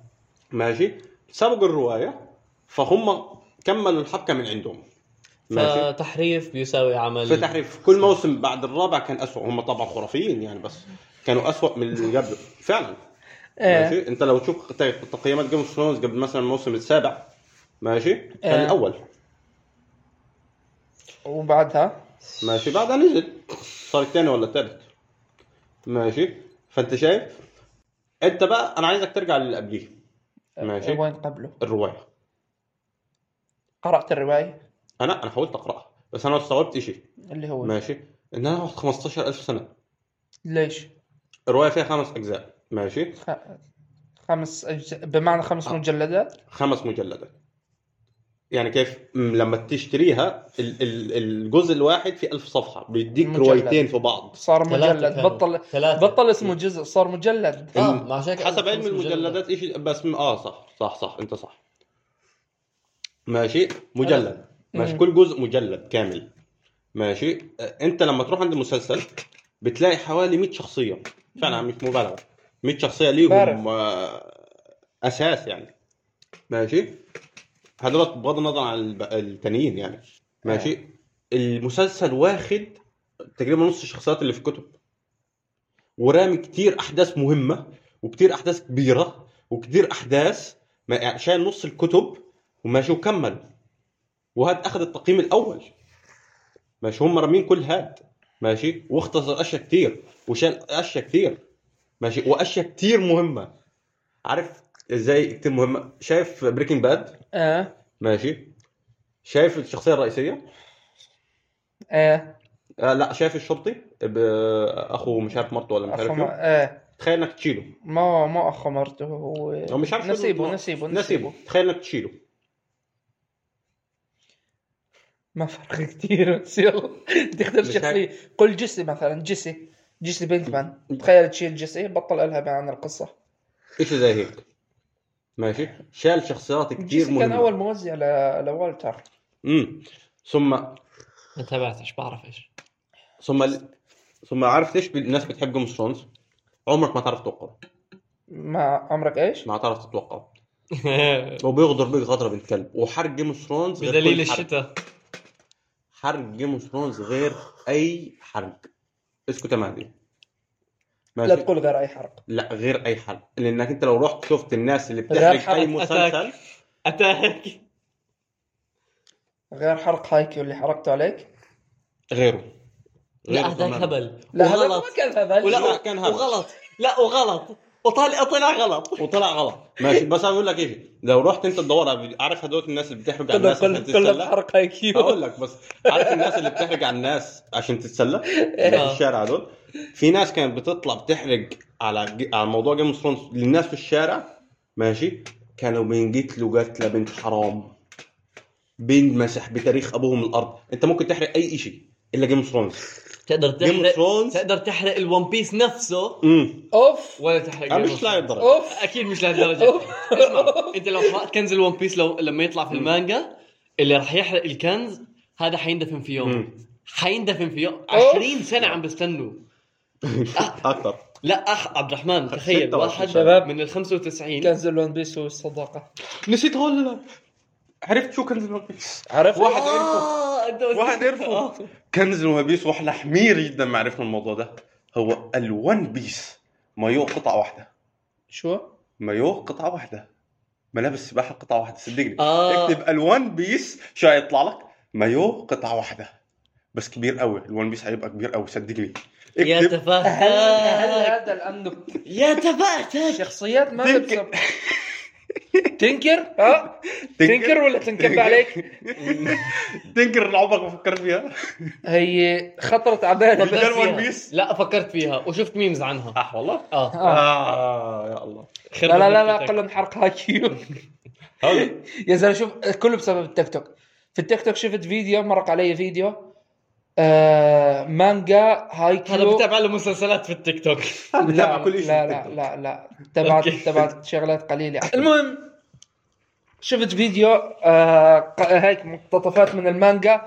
Speaker 2: ماشي سبقوا الروايه فهم كملوا الحبكه من عندهم ماشي
Speaker 3: فتحريف بيساوي عمل
Speaker 2: فتحريف كل موسم بعد الرابع كان أسوأ هم طبعا خرافيين يعني بس كانوا أسوأ من اللي قبله فعلا
Speaker 1: ايه
Speaker 2: ماشي انت لو تشوف تق- تقييمات جيم اوف ثرونز قبل مثلا الموسم السابع ماشي كان
Speaker 1: آه.
Speaker 2: الاول
Speaker 1: وبعدها
Speaker 2: ماشي بعدها نزل صار الثاني ولا الثالث ماشي فانت شايف انت بقى انا عايزك ترجع للي قبليه
Speaker 1: آه،
Speaker 2: ماشي.
Speaker 1: وين قبله
Speaker 2: الروايه
Speaker 1: قرات الروايه
Speaker 2: انا انا حاولت اقراها بس انا استوعبت شيء
Speaker 1: اللي هو
Speaker 2: ماشي ان انا هاخد 15000 سنه
Speaker 1: ليش
Speaker 2: الروايه فيها خمس اجزاء ماشي
Speaker 1: خ- خمس اجزاء بمعنى خمس
Speaker 2: آه.
Speaker 1: مجلدات
Speaker 2: خمس مجلدات يعني كيف م- لما تشتريها ال- ال- الجزء الواحد في ألف صفحة بيديك
Speaker 1: مجلد.
Speaker 2: روايتين في بعض
Speaker 1: صار
Speaker 3: ثلاثة
Speaker 1: مجلد
Speaker 3: كانوا.
Speaker 1: بطل
Speaker 3: ثلاثة
Speaker 1: بطل اسمه جزء صار مجلد
Speaker 3: اه
Speaker 2: الم-
Speaker 3: ما عشان هيك
Speaker 2: حسب
Speaker 3: قلت
Speaker 2: علم
Speaker 3: خمس
Speaker 2: المجلدات ايش بس م- اه صح صح صح انت صح ماشي مجلد ماشي
Speaker 1: مم.
Speaker 2: كل جزء مجلد كامل ماشي آه، انت لما تروح عند المسلسل بتلاقي حوالي 100 شخصيه فعلا مش مبالغه 100 شخصيه
Speaker 1: بعرف.
Speaker 2: ليهم آه، اساس يعني ماشي هدول بغض النظر عن الب- التانيين يعني ماشي المسلسل واخد تقريبا نص الشخصيات اللي في الكتب ورامي كتير احداث مهمه وكتير احداث كبيره وكتير احداث ما يعني شايل نص الكتب وماشي وكمل وهاد اخذ التقييم الاول ماشي هم رامين كل هاد ماشي واختصر اشياء كتير وشال اشياء كتير ماشي واشياء كتير مهمه عارف ازاي كتير مهمه شايف بريكنج باد
Speaker 1: اه
Speaker 2: ماشي شايف الشخصيه الرئيسيه
Speaker 1: اه
Speaker 2: آه لا شايف الشرطي ب- اخو مش عارف مرته ولا مش
Speaker 1: اخو
Speaker 2: عارف
Speaker 1: ما
Speaker 2: شو
Speaker 1: اه
Speaker 2: تخيل انك تشيله
Speaker 1: ما ما اخو مرته هو
Speaker 2: هو مش عارف شو
Speaker 1: نسيبه
Speaker 2: الدور.
Speaker 1: نسيبه
Speaker 2: نسيبه تخيل انك تشيله
Speaker 1: ما فرق كثير بس يلا تختار
Speaker 2: مش
Speaker 1: شخصيه قل جيسي مثلا جيسي جيسي بينكمان تخيل تشيل جيسي بطل الها عن القصه
Speaker 2: ايش زي هيك ماشي شال شخصيات كثير
Speaker 1: جيسي كان
Speaker 2: مهمه
Speaker 1: اول موزع ل- لوالتر
Speaker 2: امم ثم
Speaker 3: ما تابعتش بعرف ايش
Speaker 2: ثم ال... ثم عرفت ايش الناس بتحب جيم ثرونز عمرك ما تعرف توقعه
Speaker 1: ما عمرك ايش؟
Speaker 2: ما تعرف تتوقعه وبيغدر بيك غدره بنت كلب وحرق جيم ثرونز
Speaker 3: بدليل الشتاء
Speaker 2: حرق جيم ثرونز غير اي حرق اسكت يا مهدي
Speaker 1: لا
Speaker 2: ماشي
Speaker 1: تقول غير اي حرق
Speaker 2: لا غير اي حرق لانك انت لو رحت شفت الناس اللي
Speaker 1: غير
Speaker 2: بتحرق اي
Speaker 1: حرق
Speaker 2: مسلسل
Speaker 3: أتاك. اتاك
Speaker 1: غير حرق هايكيو اللي حرقته عليك
Speaker 2: غيره
Speaker 3: لا هذاك
Speaker 2: تماماً.
Speaker 3: هبل
Speaker 1: لا هذا
Speaker 3: وغلط
Speaker 1: ما كان هذا
Speaker 2: لا، كان
Speaker 3: ولا كان
Speaker 2: هبل.
Speaker 3: وغلط لا وغلط وطلع طلع غلط
Speaker 2: وطلع غلط ماشي بس انا بقول لك ايه لو رحت انت تدور على- عارف هدول الناس اللي بتحرق
Speaker 1: كله
Speaker 2: على الناس عشان
Speaker 1: كله كله
Speaker 2: تتسلى
Speaker 1: حرق هايكيو
Speaker 2: هقول لك بس عارف الناس اللي بتحرق على الناس عشان تتسلى في
Speaker 3: آه.
Speaker 2: الشارع هدول في ناس كانت بتطلع بتحرق على ج- على موضوع جيم اوف ثرونز للناس في الشارع ماشي كانوا بينقتلوا قتله بنت حرام بينمسح بتاريخ ابوهم الارض انت ممكن تحرق اي شيء الا جيم اوف ثرونز
Speaker 3: تقدر
Speaker 2: جيم اوف
Speaker 3: تحرق
Speaker 2: ثرونز
Speaker 3: تقدر تحرق الون بيس نفسه
Speaker 2: امم
Speaker 1: اوف
Speaker 3: ولا تحرق
Speaker 2: أنا
Speaker 3: Game
Speaker 2: مش
Speaker 3: of
Speaker 2: لاعب
Speaker 3: Thrones.
Speaker 2: درجه
Speaker 1: اوف
Speaker 3: اكيد مش لهالدرجه اسمع انت لو حرقت كنز الون بيس لو لما يطلع في المانجا اللي راح يحرق الكنز هذا حيندفن في يوم
Speaker 2: مم.
Speaker 3: حيندفن في يوم
Speaker 1: أوف.
Speaker 3: 20 سنه عم بستنوا
Speaker 2: اكثر
Speaker 3: لا أح... عبد الرحمن تخيل
Speaker 2: 26
Speaker 3: واحد
Speaker 1: شباب.
Speaker 3: من ال 95
Speaker 1: كنز الون بيس والصداقه
Speaker 2: نسيت ولا لا عرفت شو كنز الون بيس
Speaker 1: عرفت؟
Speaker 2: واحد عرفه
Speaker 3: آه، أنت قلت-
Speaker 2: واحد عرفه كنز الون بيس واحنا حمير جدا ما عرفنا الموضوع ده هو الون بيس مايو قطعه واحده
Speaker 1: شو؟
Speaker 2: مايو قطعه واحده ملابس سباحه قطعه واحده صدقني
Speaker 3: آه.
Speaker 2: اكتب الون بيس شو هيطلع لك مايو قطعه واحده بس كبير قوي الون بيس هيبقى كبير قوي صدقني
Speaker 3: يا
Speaker 2: اكتب
Speaker 1: هل هل
Speaker 3: تفاهتك
Speaker 1: هذا الامن
Speaker 3: يا تفاهتك
Speaker 1: شخصيات ما
Speaker 2: تنكر.
Speaker 1: تنكر تنكر ها تنكر ولا تنكب عليك
Speaker 2: تنكر اللي عمرك ما فكرت فيها
Speaker 1: هي خطرت على بالي
Speaker 2: بدل
Speaker 3: فكرت
Speaker 2: One
Speaker 3: فيها.
Speaker 2: Piece.
Speaker 3: لا فكرت فيها وشفت ميمز عنها
Speaker 2: صح والله
Speaker 1: آه.
Speaker 3: اه
Speaker 2: آه يا الله
Speaker 3: خرب
Speaker 1: لا لا لا لا
Speaker 3: ضحكتك.
Speaker 1: قل حرق هاكيو
Speaker 2: هذا
Speaker 1: يا زلمه شوف كله بسبب التيك توك في التيك توك شفت فيديو مرق علي فيديو آه مانجا
Speaker 3: هذا
Speaker 1: هايكيو
Speaker 3: بتابع له مسلسلات في التيك توك
Speaker 2: بتابع كل شيء
Speaker 1: لا لا
Speaker 2: في التيك
Speaker 1: لا لا تبعت
Speaker 3: أوكي.
Speaker 1: تبعت شغلات قليله المهم شفت فيديو آه ق- هيك مقتطفات من المانجا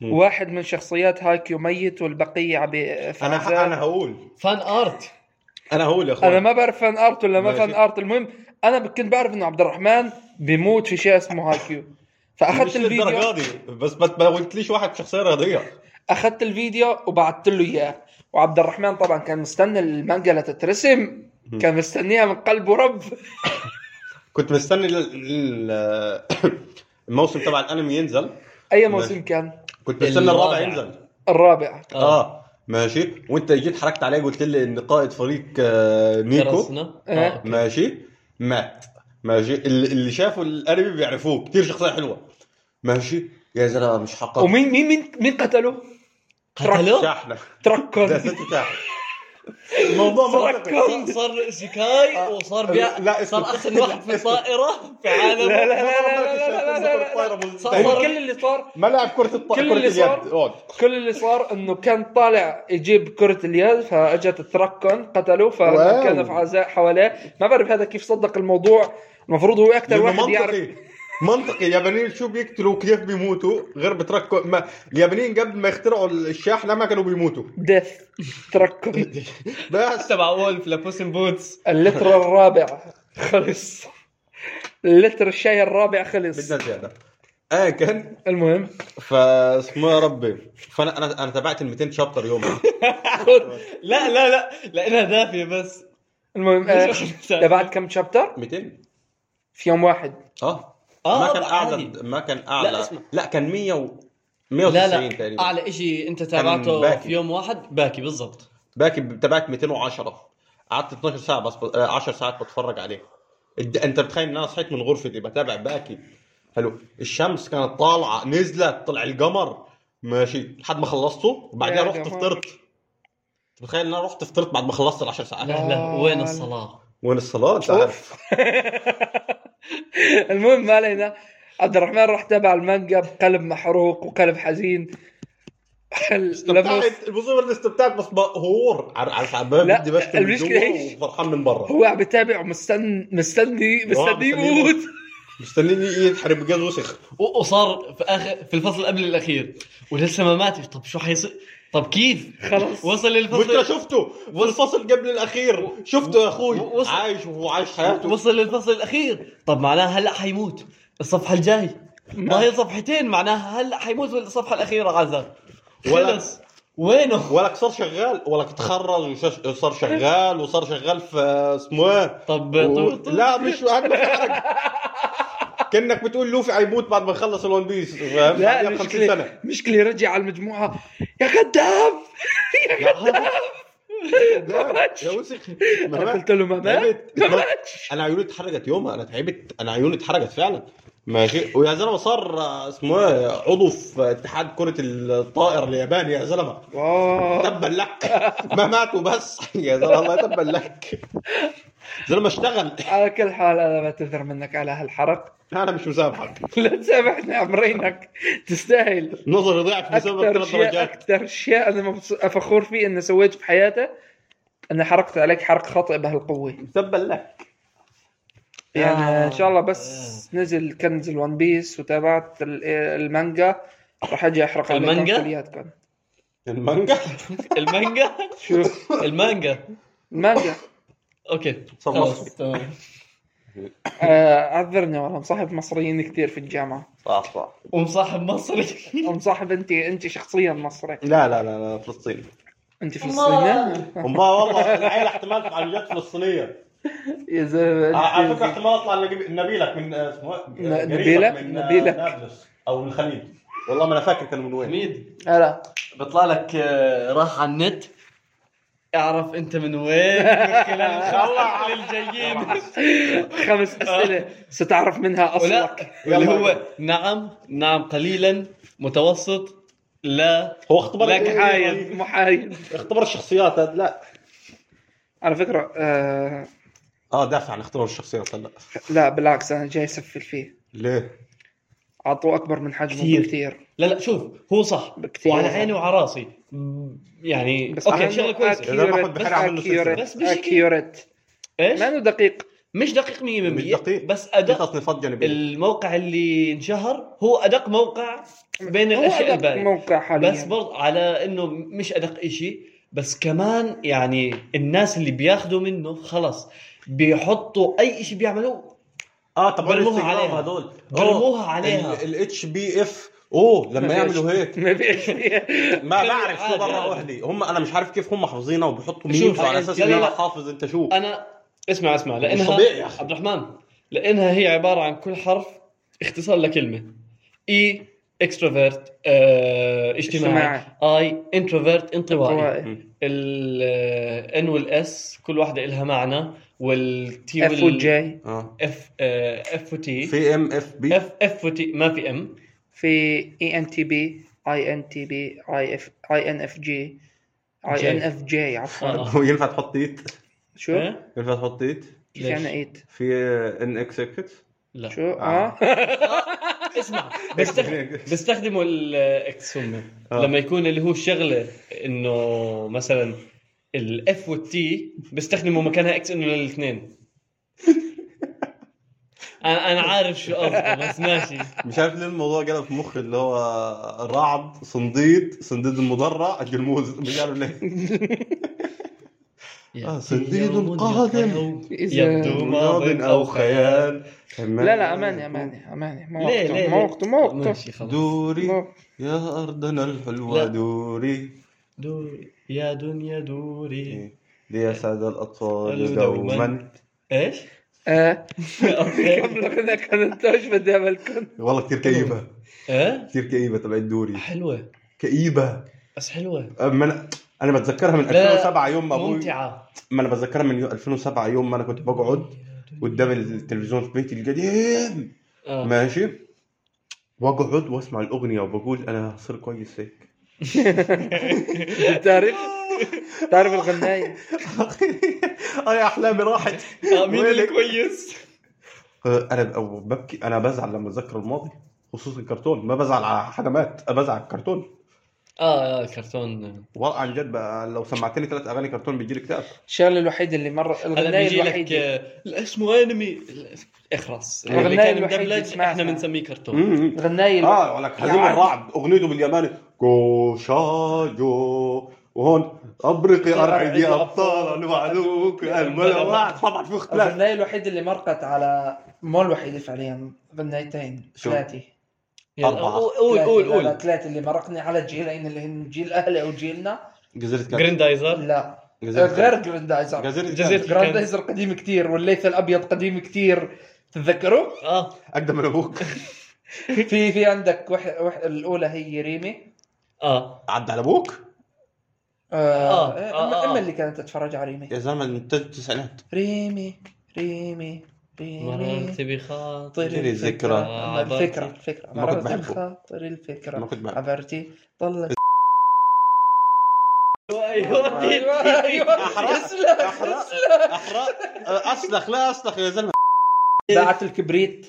Speaker 2: مم.
Speaker 1: واحد من شخصيات هايكيو ميت والبقيه عبي في
Speaker 2: انا
Speaker 1: عزاء.
Speaker 2: انا هقول
Speaker 3: فان ارت
Speaker 2: انا هقول يا اخوان
Speaker 1: انا ما بعرف فان ارت ولا ما
Speaker 2: ماشي.
Speaker 1: فان ارت المهم انا ب- كنت بعرف انه عبد الرحمن بيموت في شيء اسمه هايكيو
Speaker 2: مش
Speaker 1: فاخذت
Speaker 2: للدرجه
Speaker 1: الفيديو
Speaker 2: دي بس ما ما قلتليش واحد بشخصيه رياضيه
Speaker 1: اخذت الفيديو وبعثت له اياه وعبد الرحمن طبعا كان مستني المانجا لتترسم
Speaker 2: مم.
Speaker 1: كان مستنيها من قلبه رب
Speaker 2: كنت مستني ال- ال- الموسم تبع الانمي ينزل
Speaker 1: اي موسم
Speaker 2: ماشي.
Speaker 1: كان
Speaker 2: كنت مستني الرابع
Speaker 3: الرابع.
Speaker 2: ينزل
Speaker 1: الرابع
Speaker 3: آه.
Speaker 2: اه ماشي وانت جيت حركت عليه قلت لي ان قائد فريق آه، نيكو
Speaker 3: درسنا
Speaker 1: إيه.
Speaker 3: آه.
Speaker 2: ماشي مات ماشي ال- اللي شافوا الانمي بيعرفوه كتير شخصيه حلوه ماشي يا زلمه مش حقك
Speaker 1: ومين مين مين مين قتله؟
Speaker 3: قتلوه
Speaker 2: شحنه ده
Speaker 1: تركن
Speaker 2: ست شحنة. الموضوع منطقي
Speaker 3: صار- صار شيكاي وصار بيع
Speaker 2: لا، اسكت.
Speaker 3: صار احسن واحد في الطائره في عالمه
Speaker 1: لا لا لا
Speaker 2: مرة
Speaker 1: لا لا لا
Speaker 2: الشياطين
Speaker 1: لا
Speaker 2: كرة
Speaker 1: لا
Speaker 2: طايرة
Speaker 3: صار-
Speaker 2: مزدحمة.
Speaker 1: هو كل اللي صار
Speaker 2: ملاعب كرة الط...
Speaker 1: كل
Speaker 2: كرة
Speaker 1: اللي
Speaker 2: اليد
Speaker 1: صار-
Speaker 2: اقعد
Speaker 1: كل اللي صار انه كان طالع يجيب كرة اليد فاجت التركن قتلوه
Speaker 2: واو.
Speaker 1: فكان في عزاء حواليه ما بعرف هذا كيف صدق الموضوع المفروض هو اكثر
Speaker 2: لأنه
Speaker 1: واحد
Speaker 2: منطقي
Speaker 1: يعرف
Speaker 2: منطقي اليابانيين شو بيقتلوا وكيف بيموتوا غير بترك ما اليابانيين قبل ما يخترعوا الشاحنة ما كانوا بيموتوا
Speaker 1: ديث تركن
Speaker 2: بس
Speaker 3: تبع وولف لبوس إن بوتس
Speaker 1: اللتر الرابع خلص اللتر الشاي الرابع خلص
Speaker 2: بدنا زيادة اه كان
Speaker 1: المهم
Speaker 2: فاسمه يا ربي فانا انا انا تابعت ال 200 شابتر يومها
Speaker 3: لا لا لا لانها دافيه بس
Speaker 1: المهم آه، تبعت كم شابتر
Speaker 2: 200
Speaker 1: في يوم واحد
Speaker 2: اه
Speaker 3: آه،
Speaker 2: ما كان
Speaker 3: عادي.
Speaker 2: اعلى ما كان اعلى
Speaker 3: لا، اسمع.
Speaker 2: لا كان 100 و...
Speaker 3: لا
Speaker 2: 190
Speaker 3: لا
Speaker 2: تقريبا
Speaker 3: اعلى شيء انت
Speaker 2: كان
Speaker 3: تابعته
Speaker 2: باكي.
Speaker 3: في يوم واحد باكي بالضبط
Speaker 2: باكي تابعت 210 قعدت 12 ساعه بس ب... آه، 10 ساعات بتفرج عليه الد... انت بتخيل ان انا صحيت من غرفتي بتابع باكي حلو الشمس كانت طالعه نزلت طلع القمر ماشي لحد ما خلصته
Speaker 1: يا
Speaker 2: وبعدين رحت
Speaker 1: جماعة.
Speaker 2: فطرت أنت بتخيل ان انا رحت فطرت بعد ما خلصت ال 10 ساعات
Speaker 3: لا لا
Speaker 1: آه،
Speaker 3: وين
Speaker 1: لا.
Speaker 3: الصلاه؟
Speaker 2: وين الصلاه مش عارف
Speaker 1: المهم ما علينا عبد الرحمن راح تابع المانجا بقلب محروق وقلب حزين لما
Speaker 2: استمتعت المصيبه اللي استمتعت بس مقهور على على شعبان
Speaker 1: لا،
Speaker 2: بدي بشتم من
Speaker 1: المشكلة إيش؟
Speaker 2: جوا وفرحان من برا
Speaker 1: هو عم بتابع ومستني مستني مستني
Speaker 2: مستنيه
Speaker 1: يموت
Speaker 2: مستنيني يتحرق بجاز وسخ
Speaker 3: و- وصار في اخر في الفصل قبل الاخير ولسه ما ماتش طب شو حيصير طب كيف
Speaker 1: خلص
Speaker 3: وصل
Speaker 2: وانت
Speaker 3: للفصل
Speaker 2: شفته والفصل قبل الاخير شفته يا اخوي
Speaker 3: وصل-
Speaker 2: عايش وهو عايش حياته
Speaker 3: وصل للفصل الاخير طب معناها هلا حيموت الصفحه الجاي ما هي صفحتين معناها هلا حيموت الصفحه الاخيره عذاب
Speaker 2: ولا-
Speaker 3: خلص وينه
Speaker 2: ولك صار شغال ولك تخرج وصار شغال وصار شغال في اسمه ايه
Speaker 3: طب
Speaker 2: و...
Speaker 3: طب- طب-
Speaker 2: لا مش هاد ما في حرج كانك بتقول لوفي حيموت بعد ما يخلص الون بيس فاهم؟
Speaker 1: لا
Speaker 2: بعديها 50 سنه
Speaker 1: مشكلة مشكلة رجع على المجموعة يا كذاب
Speaker 2: يا يا وسخ ما
Speaker 1: انا
Speaker 2: مات.
Speaker 1: قلت له ما مات
Speaker 2: تعبت.
Speaker 1: ما ماتش
Speaker 2: انا عيوني اتحرقت يومها انا تعبت انا عيوني اتحرقت فعلا ماشي ويا زلمه صار آه، اسمه ايه عضو في اتحاد كره الطائر الياباني يا زلمه
Speaker 1: آه.
Speaker 2: تبا لك ما ماتوا بس يا زلمه الله تبا لك زلمه اشتغل
Speaker 1: على كل حال انا بعتذر منك على هالحرق
Speaker 2: انا مش مسامحك
Speaker 1: لا تسامحني عمرينك تستاهل
Speaker 2: نظري ضعف بسبب
Speaker 1: اكثر
Speaker 2: ثلاث
Speaker 1: شيء
Speaker 2: درجات
Speaker 1: اكثر شيء انا مبس- فخور فيه اني سويته في حياتي اني حرقت عليك حرق خطأ بهالقوه
Speaker 2: تبا لك
Speaker 1: يعني
Speaker 3: آه.
Speaker 1: ان شاء الله بس نزل كنز الون بيس وتابعت ال- المانجا راح اجي احرق عليكم
Speaker 3: المانجا؟
Speaker 1: كلياتكم
Speaker 2: المانجا
Speaker 3: المانجا
Speaker 1: شو
Speaker 3: المانجا
Speaker 1: المانجا
Speaker 3: اوكي
Speaker 2: صار
Speaker 3: خلص تمام
Speaker 1: آه، اعذرني والله مصاحب مصريين كثير في الجامعه
Speaker 2: صح صح
Speaker 3: ومصاحب مصري
Speaker 1: مصاحب انت انت شخصيا مصري
Speaker 2: لا لا لا لا فلسطيني
Speaker 1: انت فلسطينيه
Speaker 2: والله والله العيله احتمال تطلع من جد فلسطينيه
Speaker 1: يا زلمه
Speaker 2: آه، على
Speaker 1: أنت-
Speaker 2: فكره احتمال اطلع نجيب- نبيلك من آه، اسمه إيه؟
Speaker 1: ن-
Speaker 2: قريبك
Speaker 1: نبيلك؟
Speaker 2: من آه،
Speaker 1: نبيلك.
Speaker 2: نابلس او من الخليج والله ما انا فاكر كان من وين
Speaker 3: حميد
Speaker 1: هلا
Speaker 3: بطلع لك آه، راح على النت اعرف انت من وين من خلال الخبر الجايين
Speaker 1: خمس اسئله ستعرف منها
Speaker 3: ولا
Speaker 1: اصلك
Speaker 3: اللي
Speaker 2: يلا.
Speaker 3: هو نعم نعم قليلا متوسط لا
Speaker 2: هو اختبار
Speaker 3: لك
Speaker 2: إيه؟
Speaker 1: محايد محايد
Speaker 2: اختبار الشخصيات هذا لا
Speaker 1: على فكره آه
Speaker 2: اه دافع عن اختبار الشخصيات هلا
Speaker 1: لا بالعكس انا جاي اسفل فيه
Speaker 2: ليه؟
Speaker 1: اعطوه اكبر من حجمه
Speaker 3: كتير.
Speaker 1: كثير
Speaker 3: لا لا شوف هو صح
Speaker 1: بكتير.
Speaker 3: وعلى عيني وعلى راسي يعني
Speaker 1: بس
Speaker 3: اوكي شغله كويسه
Speaker 2: أكيد. إذا باخد بحري عمله سلسلة.
Speaker 1: اكيوريت
Speaker 3: بس بشكل-
Speaker 1: اكيوريت
Speaker 3: ايش
Speaker 1: ما انه دقيق
Speaker 3: مش دقيق 100%
Speaker 2: مش دقيق.
Speaker 3: بس
Speaker 2: في
Speaker 3: ادق
Speaker 2: تصنيفات جانبيه
Speaker 3: الموقع اللي انشهر هو ادق موقع بين
Speaker 1: هو
Speaker 3: الاشياء
Speaker 1: أدق
Speaker 3: الباقيه
Speaker 1: موقع حاليا
Speaker 3: بس برضه على انه مش ادق شيء بس كمان يعني الناس اللي بياخذوا منه خلص بيحطوا اي شيء بيعملوه
Speaker 2: اه طب
Speaker 3: برموها
Speaker 2: الانستغرام
Speaker 3: عليها.
Speaker 2: هذول آه،
Speaker 3: برموها عليها.
Speaker 2: الاتش بي اف اوه
Speaker 1: ما
Speaker 2: لما
Speaker 1: فيش-
Speaker 2: يعملوا هيك
Speaker 1: ما فيش
Speaker 2: ما
Speaker 3: خلي
Speaker 2: بعرف شو
Speaker 3: عادي،
Speaker 2: برا
Speaker 3: عادي.
Speaker 2: وحدي هم انا مش عارف كيف هم حافظينها وبيحطوا
Speaker 3: شوف،
Speaker 2: ميمز على
Speaker 3: أنا-
Speaker 2: اساس
Speaker 3: لا،
Speaker 2: ان
Speaker 3: لا،
Speaker 2: انا
Speaker 3: لا.
Speaker 2: حافظ انت شو
Speaker 3: انا اسمع اسمع لانها
Speaker 2: طبيعي يا أخي.
Speaker 3: عبد الرحمن لانها هي عباره عن كل حرف اختصار لكلمه اي اكستروفيرت اه اجتماعي اي انتروفيرت انطوائي آه،
Speaker 1: طوائي.
Speaker 3: الان والاس كل واحده لها معنى والتي
Speaker 1: اف وجاي
Speaker 2: اه
Speaker 3: اف اف وتي
Speaker 2: في ام اف بي
Speaker 3: اف اف وتي ما في ام
Speaker 1: في اي ان تي بي اي ان تي بي اي اف اي ان اف جي اي
Speaker 3: جاي.
Speaker 1: ان اف جي عفوا
Speaker 3: آه.
Speaker 2: ينفع تحط ايت
Speaker 1: شو؟
Speaker 3: إيه؟
Speaker 2: ينفع تحط ايت
Speaker 1: كيف يعني ايت؟
Speaker 2: في ان اكس اكس
Speaker 3: لا
Speaker 1: شو؟
Speaker 2: آه.
Speaker 1: اه
Speaker 3: اسمع بستخدم بستخدموا الاكس هم
Speaker 2: آه.
Speaker 3: لما يكون اللي هو الشغله انه مثلا الاف والتي بستخدموا مكانها اكس انه للاثنين انا أنا عارف شو قصدي بس ماشي
Speaker 2: مش عارف ليه الموضوع جاله في مخي اللي هو رعد صنديد صنديد المضرع الجلموز مش عارف ليه آه، صنديد
Speaker 3: يوم
Speaker 2: قادم.
Speaker 3: يقلب
Speaker 1: إذا-
Speaker 3: يبدو ماض او خيال
Speaker 1: لا لا اماني اماني اماني ما
Speaker 3: ليه
Speaker 1: وقته
Speaker 3: ليه
Speaker 1: ما وقته ما وقته
Speaker 3: ماشي خلاص
Speaker 2: دوري
Speaker 1: ما وقته.
Speaker 2: يا أرضنا الحلوة
Speaker 3: لا.
Speaker 2: دوري
Speaker 3: دوري يا دنيا دوري
Speaker 2: ليسعد الأطفال
Speaker 3: قالوا دوماً.
Speaker 2: دوما
Speaker 3: ايش؟
Speaker 1: آه.
Speaker 3: أوكي.
Speaker 1: كم لغنا كان انت ايش بدي اعمل كنت
Speaker 2: والله كتير كئيبة
Speaker 3: ايه
Speaker 2: كتير كئيبة تبعت دوري
Speaker 3: حلوه
Speaker 2: كئيبة
Speaker 3: بس حلوه
Speaker 2: أما أنا أنا بتذكرها من
Speaker 3: لا.
Speaker 2: 2007 يوم ما أبوي
Speaker 3: ممتعه
Speaker 2: ما أنا بتذكرها من يو- 2007 يوم ما أنا كنت بقعد قدام التلفزيون في بيتي القديم
Speaker 3: آه.
Speaker 2: ماشي واقعد واسمع الاغنيه وبقول انا هصير كويس هيك
Speaker 1: تعرف تعرف الغناية
Speaker 2: اه يا احلامي راحت
Speaker 3: آه، مين
Speaker 2: ويلك.
Speaker 3: الكويس؟
Speaker 2: آه، انا أو ببكي انا بزعل لما اتذكر الماضي خصوصا الكرتون ما بزعل على حاجه مات أنا بزعل على الكرتون
Speaker 3: اه آه، كرتون
Speaker 2: والله عن جد بقى لو سمعت لي ثلاث اغاني كرتون بيجي لي اكتئاب
Speaker 1: الشغله الوحيده اللي مره
Speaker 3: هلا
Speaker 1: الغنايه
Speaker 3: بيجي لك
Speaker 1: الوحيده
Speaker 3: آه، لا اسمه انمي لا، اخرس
Speaker 1: الأغنية
Speaker 3: اللي كان
Speaker 1: الوحيدة اللي
Speaker 3: مدبلج
Speaker 1: سمعتها.
Speaker 3: احنا بنسميه كرتون
Speaker 2: مم.
Speaker 1: الغنايه
Speaker 3: آه،
Speaker 2: اه ولا هزيم الرعد اغنيته بالياباني جو شا جو وهون ابرقي ارعدي ابطال وعدوك الملوعد طبعا في اختلاف
Speaker 1: الغنايه الوحيده اللي مرقت على مو الوحيده فعليا غنايتين
Speaker 2: شو؟
Speaker 1: ثلاثه
Speaker 3: يلا،
Speaker 2: أربعة.
Speaker 3: قول قول قول قول
Speaker 1: ثلاثه اللي مرقني على جيلين اللي هن جيل اهلي او جيلنا
Speaker 2: جزيرة كان
Speaker 3: جريندايزر
Speaker 1: لا غير
Speaker 2: جزيرة
Speaker 1: جراندايزر
Speaker 2: جزيرة
Speaker 3: جزيرة-
Speaker 2: جزيرة
Speaker 1: جراندايزر قديم كتير والليث الابيض قديم كتير تتذكروا
Speaker 3: اه
Speaker 2: اقدم من ابوك
Speaker 1: في في عندك وح... وح... الاولى هي ريمي
Speaker 3: اه
Speaker 2: عدى على ابوك
Speaker 1: آه.
Speaker 3: آه،
Speaker 1: آه.
Speaker 3: آه، آه.
Speaker 1: اما اللي كانت تتفرج على ريمي
Speaker 2: يا زلمه المنتج التسعينات
Speaker 1: ريمي ريمي ريمي
Speaker 3: مررت بخاطر
Speaker 1: طير
Speaker 2: تجري
Speaker 1: الفكرة
Speaker 2: الذكرى.
Speaker 1: أما الفكرة الفكرة
Speaker 2: ما آه،
Speaker 1: مررت
Speaker 2: كنت بحبه.
Speaker 1: بخاطر
Speaker 2: ما
Speaker 1: الفكرة
Speaker 2: كنت بعرف
Speaker 1: عبرتي طلت
Speaker 3: ايوه
Speaker 1: ايوه
Speaker 2: أيوه،
Speaker 1: ايوه اسلم اسلم
Speaker 2: احرق اسلخ أه، لا اسلخ يا زلمه
Speaker 1: باعت الكبريت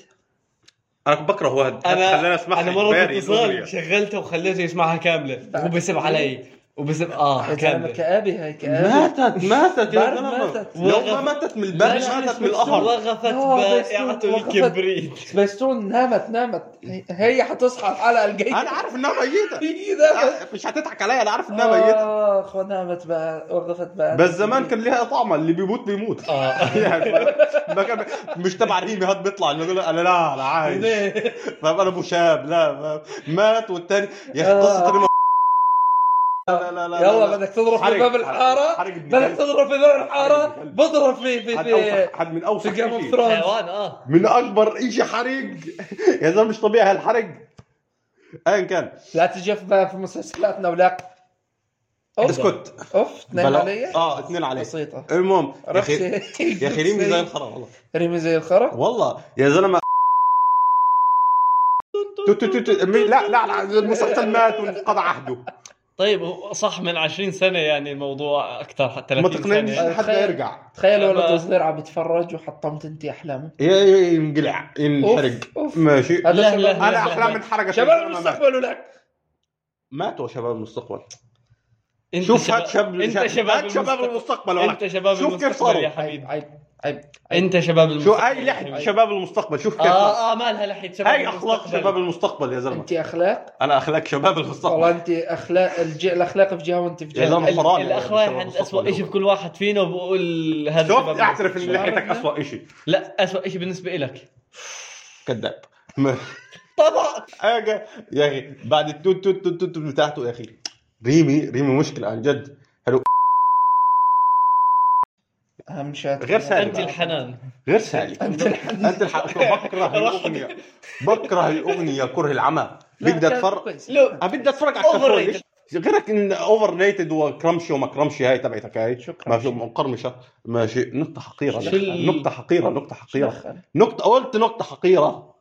Speaker 2: انا بكره واد
Speaker 3: انا
Speaker 2: خلينا اسمعها
Speaker 3: انا مره
Speaker 2: إجباري
Speaker 3: اتصال
Speaker 2: الأغنية.
Speaker 3: شغلته وخليته يسمعها كامله
Speaker 1: بعد.
Speaker 3: وبسب علي وبسب اه
Speaker 2: آه،
Speaker 1: يا زلمة
Speaker 3: كامله
Speaker 1: كآبة هاي كآبة
Speaker 2: ماتت ماتت يا
Speaker 1: بعد
Speaker 2: زلمه
Speaker 1: ماتت.
Speaker 2: لو ما ماتت من البرد
Speaker 3: لا،
Speaker 2: ماتت من
Speaker 3: مش
Speaker 2: القهر
Speaker 3: وقفت
Speaker 1: آه، بس
Speaker 3: بائعة
Speaker 1: وقفت.
Speaker 3: الكبريت
Speaker 1: سبيستون نامت نامت هي- هي حتصحى الحلقة الجاية
Speaker 2: انا عارف انها ميته
Speaker 1: هي نامت
Speaker 2: مش هتضحك عليا انا عارف انها ميته
Speaker 1: اخ نامت بقى وقفت بقى
Speaker 2: بس زمان كان ليها طعمه اللي بيموت بيموت
Speaker 3: اه
Speaker 2: يعني فاهم؟ ما كان مش تبع ريمي هاد بيطلع اللي يقول انا لا
Speaker 1: إيه.
Speaker 2: انا عايش فاهم انا ابو شاب لا فاهم؟ مات والتاني يا اخي
Speaker 1: آه.
Speaker 2: قصه ريمي لا لا لا
Speaker 1: يلا بدك تضرب في
Speaker 2: حرق-
Speaker 1: باب
Speaker 2: حرق-
Speaker 1: الحارة
Speaker 2: حرق ابن
Speaker 1: بدك
Speaker 2: كلب.
Speaker 1: تضرب في باب
Speaker 2: حرق
Speaker 1: الحارة
Speaker 2: ابن كلب.
Speaker 1: بضرب في في
Speaker 2: حد
Speaker 1: في
Speaker 2: اوسخ حد من
Speaker 1: في
Speaker 2: اوسخ
Speaker 1: جيم اوف
Speaker 2: شيء.
Speaker 1: ثرونز
Speaker 3: حيوان اه
Speaker 2: من اكبر شيء حرق يا زلمه مش طبيعي هالحرق ايا كان
Speaker 1: لا تجي في بقى في مسلسلاتنا ولا اوف
Speaker 2: اسكت
Speaker 1: اوف اثنين
Speaker 2: بلا-
Speaker 1: علي
Speaker 2: اه اثنين عليه
Speaker 1: بسيطه
Speaker 2: المهم يا
Speaker 1: رقصة.
Speaker 2: اخي يا اخي ريمي زي الخرا والله
Speaker 1: ريمي زي الخرا
Speaker 2: والله يا زلمه تو- تو- تو- تو- مي- لا لا لا المسلسل مات وانقضى عهده
Speaker 3: طيب هو صح من 20 سنه يعني الموضوع اكثر حتى
Speaker 2: ما
Speaker 3: 30
Speaker 2: تقنعنيش
Speaker 3: سنه
Speaker 2: إن حد يرجع
Speaker 1: تخيل ولد
Speaker 3: أما-
Speaker 1: صغير عم يتفرج وحطمت انت احلامه
Speaker 2: يا- يا- ينقلع ينحرق
Speaker 1: اوف اوف
Speaker 2: ماشي
Speaker 1: هذا
Speaker 3: لا،
Speaker 1: شباب-
Speaker 3: لا،
Speaker 2: انا احلام انحرقت
Speaker 1: شباب
Speaker 2: يا زلمة مات.
Speaker 1: المستقبل ولك
Speaker 2: ماتوا شباب المستقبل
Speaker 3: انت
Speaker 2: شوف
Speaker 3: شباب-
Speaker 2: هات شباب
Speaker 3: انت شباب
Speaker 2: هات شباب المستقبل ولا
Speaker 3: انت شباب
Speaker 2: شوف كيف
Speaker 3: المستقبل يا
Speaker 2: صاروا.
Speaker 1: عيب
Speaker 3: حبيبي
Speaker 1: عيب عيب
Speaker 3: انت شباب
Speaker 2: شو
Speaker 3: المستقبل
Speaker 2: اي لحن شباب المستقبل شوف كيف
Speaker 3: اه اه مالها لحية شباب
Speaker 2: هاي اخلاق
Speaker 3: المستقبل.
Speaker 2: أيوة. آه، شباب المستقبل يا زلمه
Speaker 1: انت اخلاق
Speaker 2: انا اخلاق شباب المستقبل
Speaker 1: والله انت اخلاق الج... الاخلاق في جهه وانت في
Speaker 2: يا زلمة،
Speaker 1: جهه
Speaker 2: حرام.
Speaker 3: الاخوان
Speaker 2: شباب
Speaker 3: عند
Speaker 2: المستقبل
Speaker 3: اسوء شيء
Speaker 2: يوم.
Speaker 3: في كل واحد فينا وبقول هذا شباب
Speaker 2: شوف اعترف ان
Speaker 3: المستقبل.
Speaker 2: لحيتك اسوء شيء
Speaker 3: لا اسوء شيء بالنسبه لك
Speaker 2: كذاب
Speaker 3: طبعا
Speaker 2: حاجه يا اخي بعد التوت توت توت توت بتاعته يا اخي ريمي ريمي مشكله عن جد
Speaker 1: اهم شيء
Speaker 2: غير سالم.
Speaker 3: انت الحنان
Speaker 2: غير سالك
Speaker 1: انت الحنان.
Speaker 2: انت الحق بكره الاغنيه بكره الاغنيه كره العمى
Speaker 1: لا،
Speaker 2: بدي
Speaker 1: كان
Speaker 2: اتفرج
Speaker 1: كويس.
Speaker 3: لو
Speaker 2: بدي اتفرج على
Speaker 3: Overrated.
Speaker 2: الكرتون ليش؟ غيرك ان اوفر ريتد وكرمشي وما كرمشي هاي تبعتك هاي
Speaker 1: شكراً.
Speaker 2: ماشي مقرمشه ماشي نقطه حقيره
Speaker 3: شو ال-
Speaker 2: نقطه حقيره نقطه حقيره
Speaker 1: دخل.
Speaker 2: نقطه قلت نقطه حقيره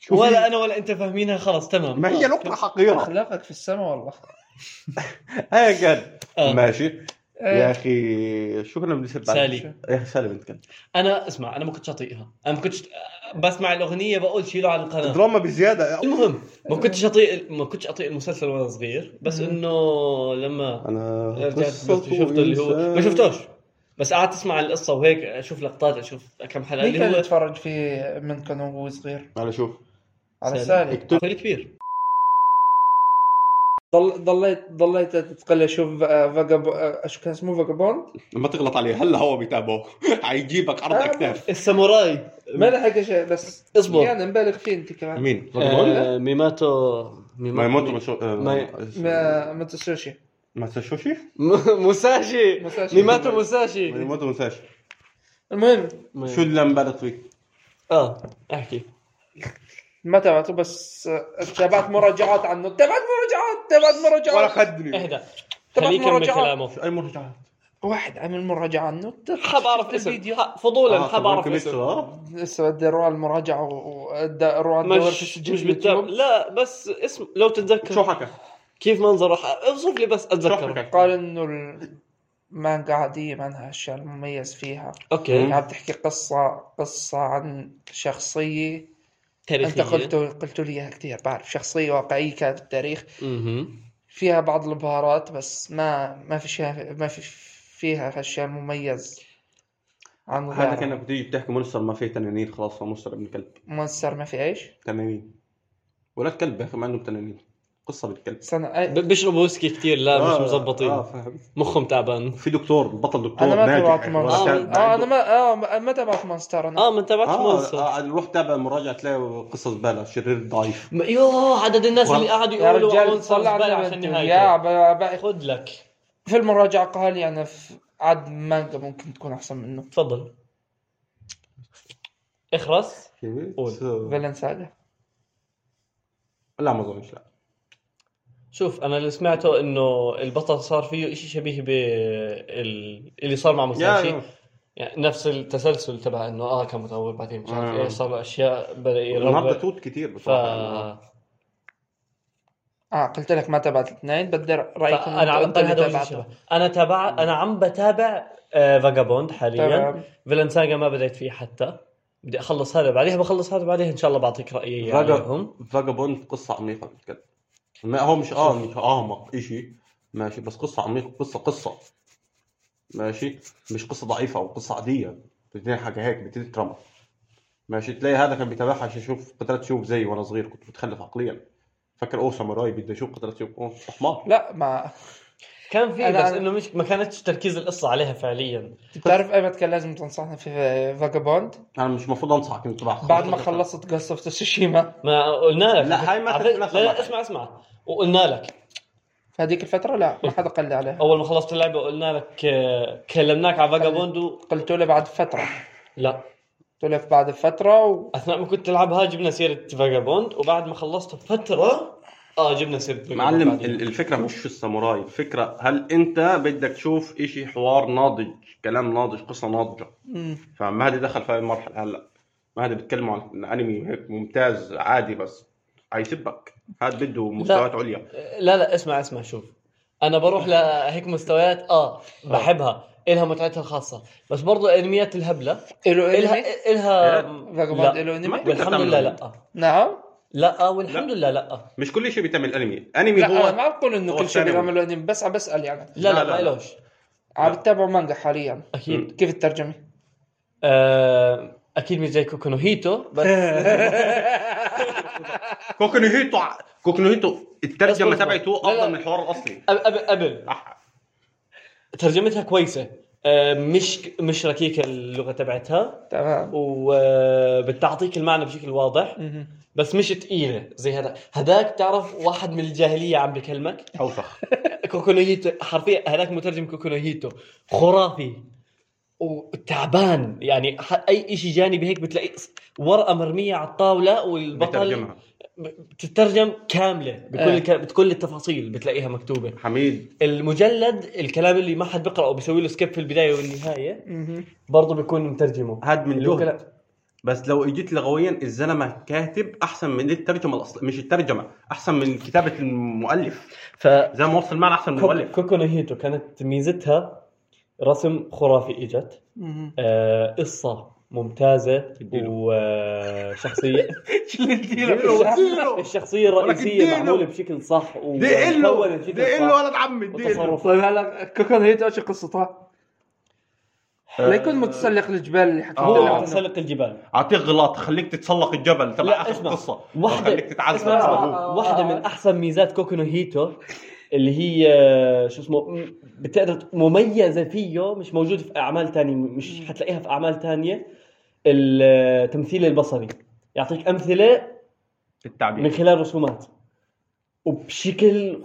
Speaker 2: شوف
Speaker 3: ولا انا ولا انت فاهمينها خلاص تمام
Speaker 2: ما هي نقطه حقيره
Speaker 1: اخلاقك في السماء والله
Speaker 2: هاي قد
Speaker 3: آه.
Speaker 2: ماشي يا
Speaker 1: آه،
Speaker 2: اخي شو كنا بنسب بعد؟
Speaker 3: سالي.
Speaker 2: يا اخي سالي بنتكلم
Speaker 3: انا اسمع انا ما كنتش اطيقها انا ما كنتش بسمع الاغنيه بقول شيلوا على القناه
Speaker 2: دراما بزياده
Speaker 3: آه. المهم ما كنتش اطيق ما كنتش اطيق المسلسل وانا صغير بس انه لما
Speaker 2: انا
Speaker 3: رجعت شفت شفت اللي هو ما شفتوش بس قعدت اسمع القصه وهيك اشوف لقطات اشوف كم حلقه
Speaker 1: مين
Speaker 3: اللي
Speaker 1: كان
Speaker 3: هو
Speaker 1: يتفرج فيه من كان هو صغير
Speaker 2: انا شوف
Speaker 1: على
Speaker 3: سالم.
Speaker 1: سالي
Speaker 3: فريق كبير
Speaker 1: ضل ضليت ضليت تتقلى شوف فاجابو آه، شو كان اسمه فاجابون
Speaker 2: ما تغلط عليه هلا هو بيتابعه حيجيبك عرض
Speaker 1: آه،
Speaker 2: اكتاف
Speaker 3: الساموراي
Speaker 1: ما لحق شيء بس
Speaker 3: اصبر.
Speaker 1: يعني مبالغ فيه انت كمان
Speaker 2: مين؟
Speaker 3: آه، ميماتو
Speaker 2: ما يموت ما
Speaker 3: ميماتو
Speaker 2: شو آه،
Speaker 3: ما-
Speaker 1: ما ما تسوشي
Speaker 2: ما تسوشي؟
Speaker 3: موساشي
Speaker 1: موساشي.
Speaker 3: ميماتو موساشي
Speaker 2: ما يموت ما تنساش
Speaker 1: المهم
Speaker 2: شو اللي انبالغ فيه؟
Speaker 3: اه احكي
Speaker 1: ما تابعته بس آه، تابعت مراجعات عنه تابعت مراجعات تابعت
Speaker 2: ولا
Speaker 1: مراجعات
Speaker 2: خدني
Speaker 3: اهدأ
Speaker 1: تبعت
Speaker 3: خليه يكمل
Speaker 1: مراجعات.
Speaker 3: كلامه
Speaker 2: شو اي مرجعات؟
Speaker 1: واحد عمل مراجعة عنه
Speaker 3: حاب اعرف اسم حاب-
Speaker 2: آه،
Speaker 3: فضولا حاب اعرف اسم
Speaker 1: لسه بدي اروح على المراجعة واروح على الدور في
Speaker 3: مش
Speaker 1: السجل
Speaker 3: مش
Speaker 1: باليوتيوب.
Speaker 3: بالتاب لا بس اسم لو تتذكر
Speaker 2: شو حكى؟
Speaker 3: كيف منظره اوصف لي بس
Speaker 2: شو
Speaker 3: اتذكر
Speaker 2: حكى؟
Speaker 1: قال انه ال- مانجا عادية ما لها أشياء المميز فيها
Speaker 3: اوكي
Speaker 1: عم تحكي قصة قصة عن شخصية أنت
Speaker 3: تاريخية
Speaker 1: قلت قلت لي إياها كثير بعرف شخصية واقعية كانت بالتاريخ
Speaker 3: مهم.
Speaker 1: فيها بعض البهارات بس ما ما في شيء ما في فيها أشياء مميز عن
Speaker 2: هذا
Speaker 1: غيرها
Speaker 2: كانك بتيجي بتحكي مونستر ما فيه تنانين خلاص هو مونستر ابن كلب
Speaker 1: مونستر ما في إيش
Speaker 2: تنانين ولاد كلب يا اخي ما عندهم تنانين قصه بالكلب
Speaker 1: استنى
Speaker 3: ب-
Speaker 1: أي-
Speaker 3: بيشربوا ويسكي كتير لا مش
Speaker 2: آه،
Speaker 3: مظبطين
Speaker 2: اه فهمت
Speaker 3: مخهم تعبان
Speaker 2: في دكتور بطل دكتور
Speaker 1: أنا ما
Speaker 2: ناجح
Speaker 1: تابعت
Speaker 2: يعني، ولا
Speaker 1: مونستر
Speaker 2: كان-
Speaker 1: آه أنا ما آه ما- ما تابعت مونستر أنا
Speaker 3: اه ما تابعتش
Speaker 2: اه
Speaker 3: مونستر
Speaker 2: آه، روح تابع المراجعه تلاقي قصص بلا شرير ضعيف
Speaker 3: ما- يوه عدد الناس
Speaker 2: وال-
Speaker 3: اللي قعدوا
Speaker 1: يا
Speaker 3: يقولوا
Speaker 1: رجال
Speaker 3: مونستر
Speaker 1: طلع
Speaker 3: زبالة
Speaker 1: لنا
Speaker 3: عشان
Speaker 1: بنت يا
Speaker 3: نهايته
Speaker 1: ب- ب-
Speaker 3: خد لك
Speaker 1: في المراجعة قال لي أنا يعني في عاد مانجا ممكن تكون أحسن منه
Speaker 3: تفضل اخرس قول.
Speaker 2: سو-
Speaker 1: فيلن ساجا
Speaker 2: لا ما اظنش لا
Speaker 3: شوف انا اللي سمعته انه البطل صار فيه شيء شبيه بال اللي صار مع
Speaker 2: يا
Speaker 3: موساشي يعني نفس التسلسل تبع انه اه كان متهور بعدين مش عارف
Speaker 2: آه.
Speaker 3: ايش صار له اشياء بدا
Speaker 2: النهارده
Speaker 3: يربى
Speaker 2: توت كتير
Speaker 3: ف...
Speaker 2: بصراحه يعني.
Speaker 1: آه قلت لك ما تابعت الاثنين بدي رأيك إنه
Speaker 3: فانا عم
Speaker 1: أنت اللي
Speaker 3: بطلع هذول
Speaker 1: تابعته
Speaker 3: الشباب. انا تابع انا عم بتابع آه، فاجابوند حاليا
Speaker 1: تمام
Speaker 3: فيلن ساجا ما بديت فيه حتى بدي اخلص هذا بعديها بخلص هذا بعديها ان شاء الله بعطيك يعني رايي
Speaker 2: فاجا-
Speaker 3: عليهم
Speaker 2: فاجابوند قصه عميقه بالكلب ما هو مش اه مش اعمق شيء ماشي بس قصه عميقه قصه قصه ماشي مش قصه ضعيفه او قصه عاديه بتلاقي حاجه هيك بتترمى ماشي تلاقي هذا كان بيتابعها عشان يشوف قتلات شوف زي وانا صغير كنت متخلف عقليا فاكر اوه ساموراي بدي اشوف قتلات شوف اوه حمار
Speaker 1: لا ما
Speaker 3: كان في
Speaker 1: أنا-
Speaker 3: بس انه مش ما كانتش تركيز القصه عليها فعليا
Speaker 1: بتعرف أيمت كان لازم تنصحنا في فاجابوند
Speaker 2: انا مش المفروض انصحك انك تبعها
Speaker 1: بعد ما خلصت جوست اوف تسوشيما
Speaker 3: ما قلنا لك
Speaker 2: لا، هاي ما
Speaker 3: عفت-
Speaker 2: تحكي
Speaker 3: لا,
Speaker 2: نفس
Speaker 3: لا
Speaker 2: الواحد.
Speaker 3: اسمع اسمع وقلنا لك
Speaker 1: في هذيك الفترة لا ما حدا قال لي عليها
Speaker 3: اول ما خلصت اللعبه قلنا لك آه، كلمناك على فاجابوندو
Speaker 1: قلت له بعد فترة
Speaker 3: لا
Speaker 1: قلت له بعد فترة و...
Speaker 3: اثناء ما كنت تلعبها جبنا سيره فاجابوند وبعد ما خلصت بفتره اه جبنا سيره Vagabond
Speaker 2: معلم
Speaker 3: بعدين.
Speaker 2: ال- الفكره مش في الساموراي الفكره هل انت بدك تشوف إشي حوار ناضج كلام ناضج قصه ناضجه
Speaker 1: مم.
Speaker 2: فما هذا دخل في هاي المرحله هلا ما هذا بيتكلموا عن إن انمي هيك ممتاز عادي بس حيسبك هذا بده مستويات عليا
Speaker 3: لا لا اسمع اسمع شوف انا بروح لهيك مستويات اه بحبها الها متعتها الخاصه بس برضو الانميات الهبله
Speaker 1: إله إنمي؟
Speaker 3: الها الها
Speaker 1: فاجابوند
Speaker 3: لا
Speaker 1: إله إنمي؟
Speaker 2: ما-
Speaker 3: والحمد لله لا
Speaker 1: نعم
Speaker 3: لا آه، والحمد لله لا
Speaker 2: مش كل شيء بيتعمل انمي انمي
Speaker 1: لا أنا
Speaker 2: هو
Speaker 1: ما بقول إنه
Speaker 2: هو
Speaker 1: كل شيء
Speaker 2: ثانوي.
Speaker 1: بيعملوا إنمي بس عم بسأل يعني
Speaker 3: لا لا
Speaker 2: لا، لا،
Speaker 3: ما
Speaker 2: لا.
Speaker 3: إلوش
Speaker 1: عم بتابع مانجا حاليا
Speaker 3: اكيد
Speaker 1: كيف الترجمة؟
Speaker 3: آه، اكيد مش زي كوكونو هيتو بس
Speaker 2: كوكونو هيتو كوكونو هيتو الترجمه
Speaker 3: بس بالضبط.
Speaker 2: تبعته
Speaker 3: لا، لا.
Speaker 2: افضل من الحوار الاصلي
Speaker 3: قبل- قبل قبل
Speaker 2: صح
Speaker 3: ترجمتها كويسه آه، مش مش ركيكه اللغه تبعتها
Speaker 1: تمام
Speaker 3: وبتعطيك المعنى بشكل واضح
Speaker 1: مهم.
Speaker 3: بس مش تقيله زي هذا هذاك تعرف واحد من الجاهليه عم بكلمك
Speaker 2: اوسخ
Speaker 3: كوكونوهيتو حرفيا هذاك مترجم كوكونوهيتو خرافي وتعبان يعني ح- اي شيء جانبي هيك بتلاقي ورقه مرميه على الطاوله والبطل
Speaker 2: بترجمها
Speaker 3: بتترجم كامله بكل
Speaker 1: آه.
Speaker 3: الك... بكل التفاصيل بتلاقيها مكتوبه
Speaker 2: حميد
Speaker 3: المجلد الكلام اللي ما حد بيقراه بيسوي له سكيب في البدايه والنهايه
Speaker 1: مهم.
Speaker 3: برضه بيكون مترجمه
Speaker 2: هاد من
Speaker 3: اللي هو
Speaker 2: جهد
Speaker 3: كلام-
Speaker 2: بس لو اجيت لغويا الزلمه كاتب احسن من الترجمه الاصليه مش الترجمه احسن من كتابه المؤلف
Speaker 3: ف
Speaker 2: زي ما وصل المعنى احسن من
Speaker 3: كوك-
Speaker 2: المؤلف
Speaker 3: كوكو هيتو كانت ميزتها رسم خرافي اجت
Speaker 1: مهم.
Speaker 3: آه، قصه ممتازه
Speaker 2: اديله.
Speaker 3: آه، وشخصيه
Speaker 1: شو اللي
Speaker 2: اديله،
Speaker 1: اديله؟
Speaker 2: اديله.
Speaker 3: الشخصيه
Speaker 2: ولكن
Speaker 3: الرئيسيه
Speaker 2: دينو.
Speaker 3: معموله بشكل صح
Speaker 2: دقله
Speaker 3: ومكونة بشكل
Speaker 2: دقله
Speaker 3: صح
Speaker 2: ولد عمي دقله
Speaker 3: وتصرف
Speaker 1: طيب هلا كوكون هيت ايش
Speaker 3: آه.
Speaker 1: قصتها؟ لا يكون متسلق الجبال اللي حكيت
Speaker 2: آه.
Speaker 1: لنا
Speaker 3: هو
Speaker 1: عنه.
Speaker 3: متسلق الجبال
Speaker 2: اعطيك غلط خليك تتسلق الجبل تبع
Speaker 3: لا
Speaker 2: اخر
Speaker 3: اسمع
Speaker 2: القصه
Speaker 3: واحدة-
Speaker 2: خليك تتعذب
Speaker 3: اسمع، اسمع.
Speaker 2: أبوك.
Speaker 3: واحده من احسن ميزات كوكونو هيتو اللي هي آه، شو اسمه م- بتقدر ت- مميزه فيه مش موجوده في اعمال تانية مش حتلاقيها في اعمال تانية التمثيل البصري يعطيك امثله من
Speaker 2: التعبير
Speaker 3: خلال رسومات وبشكل
Speaker 1: اظنك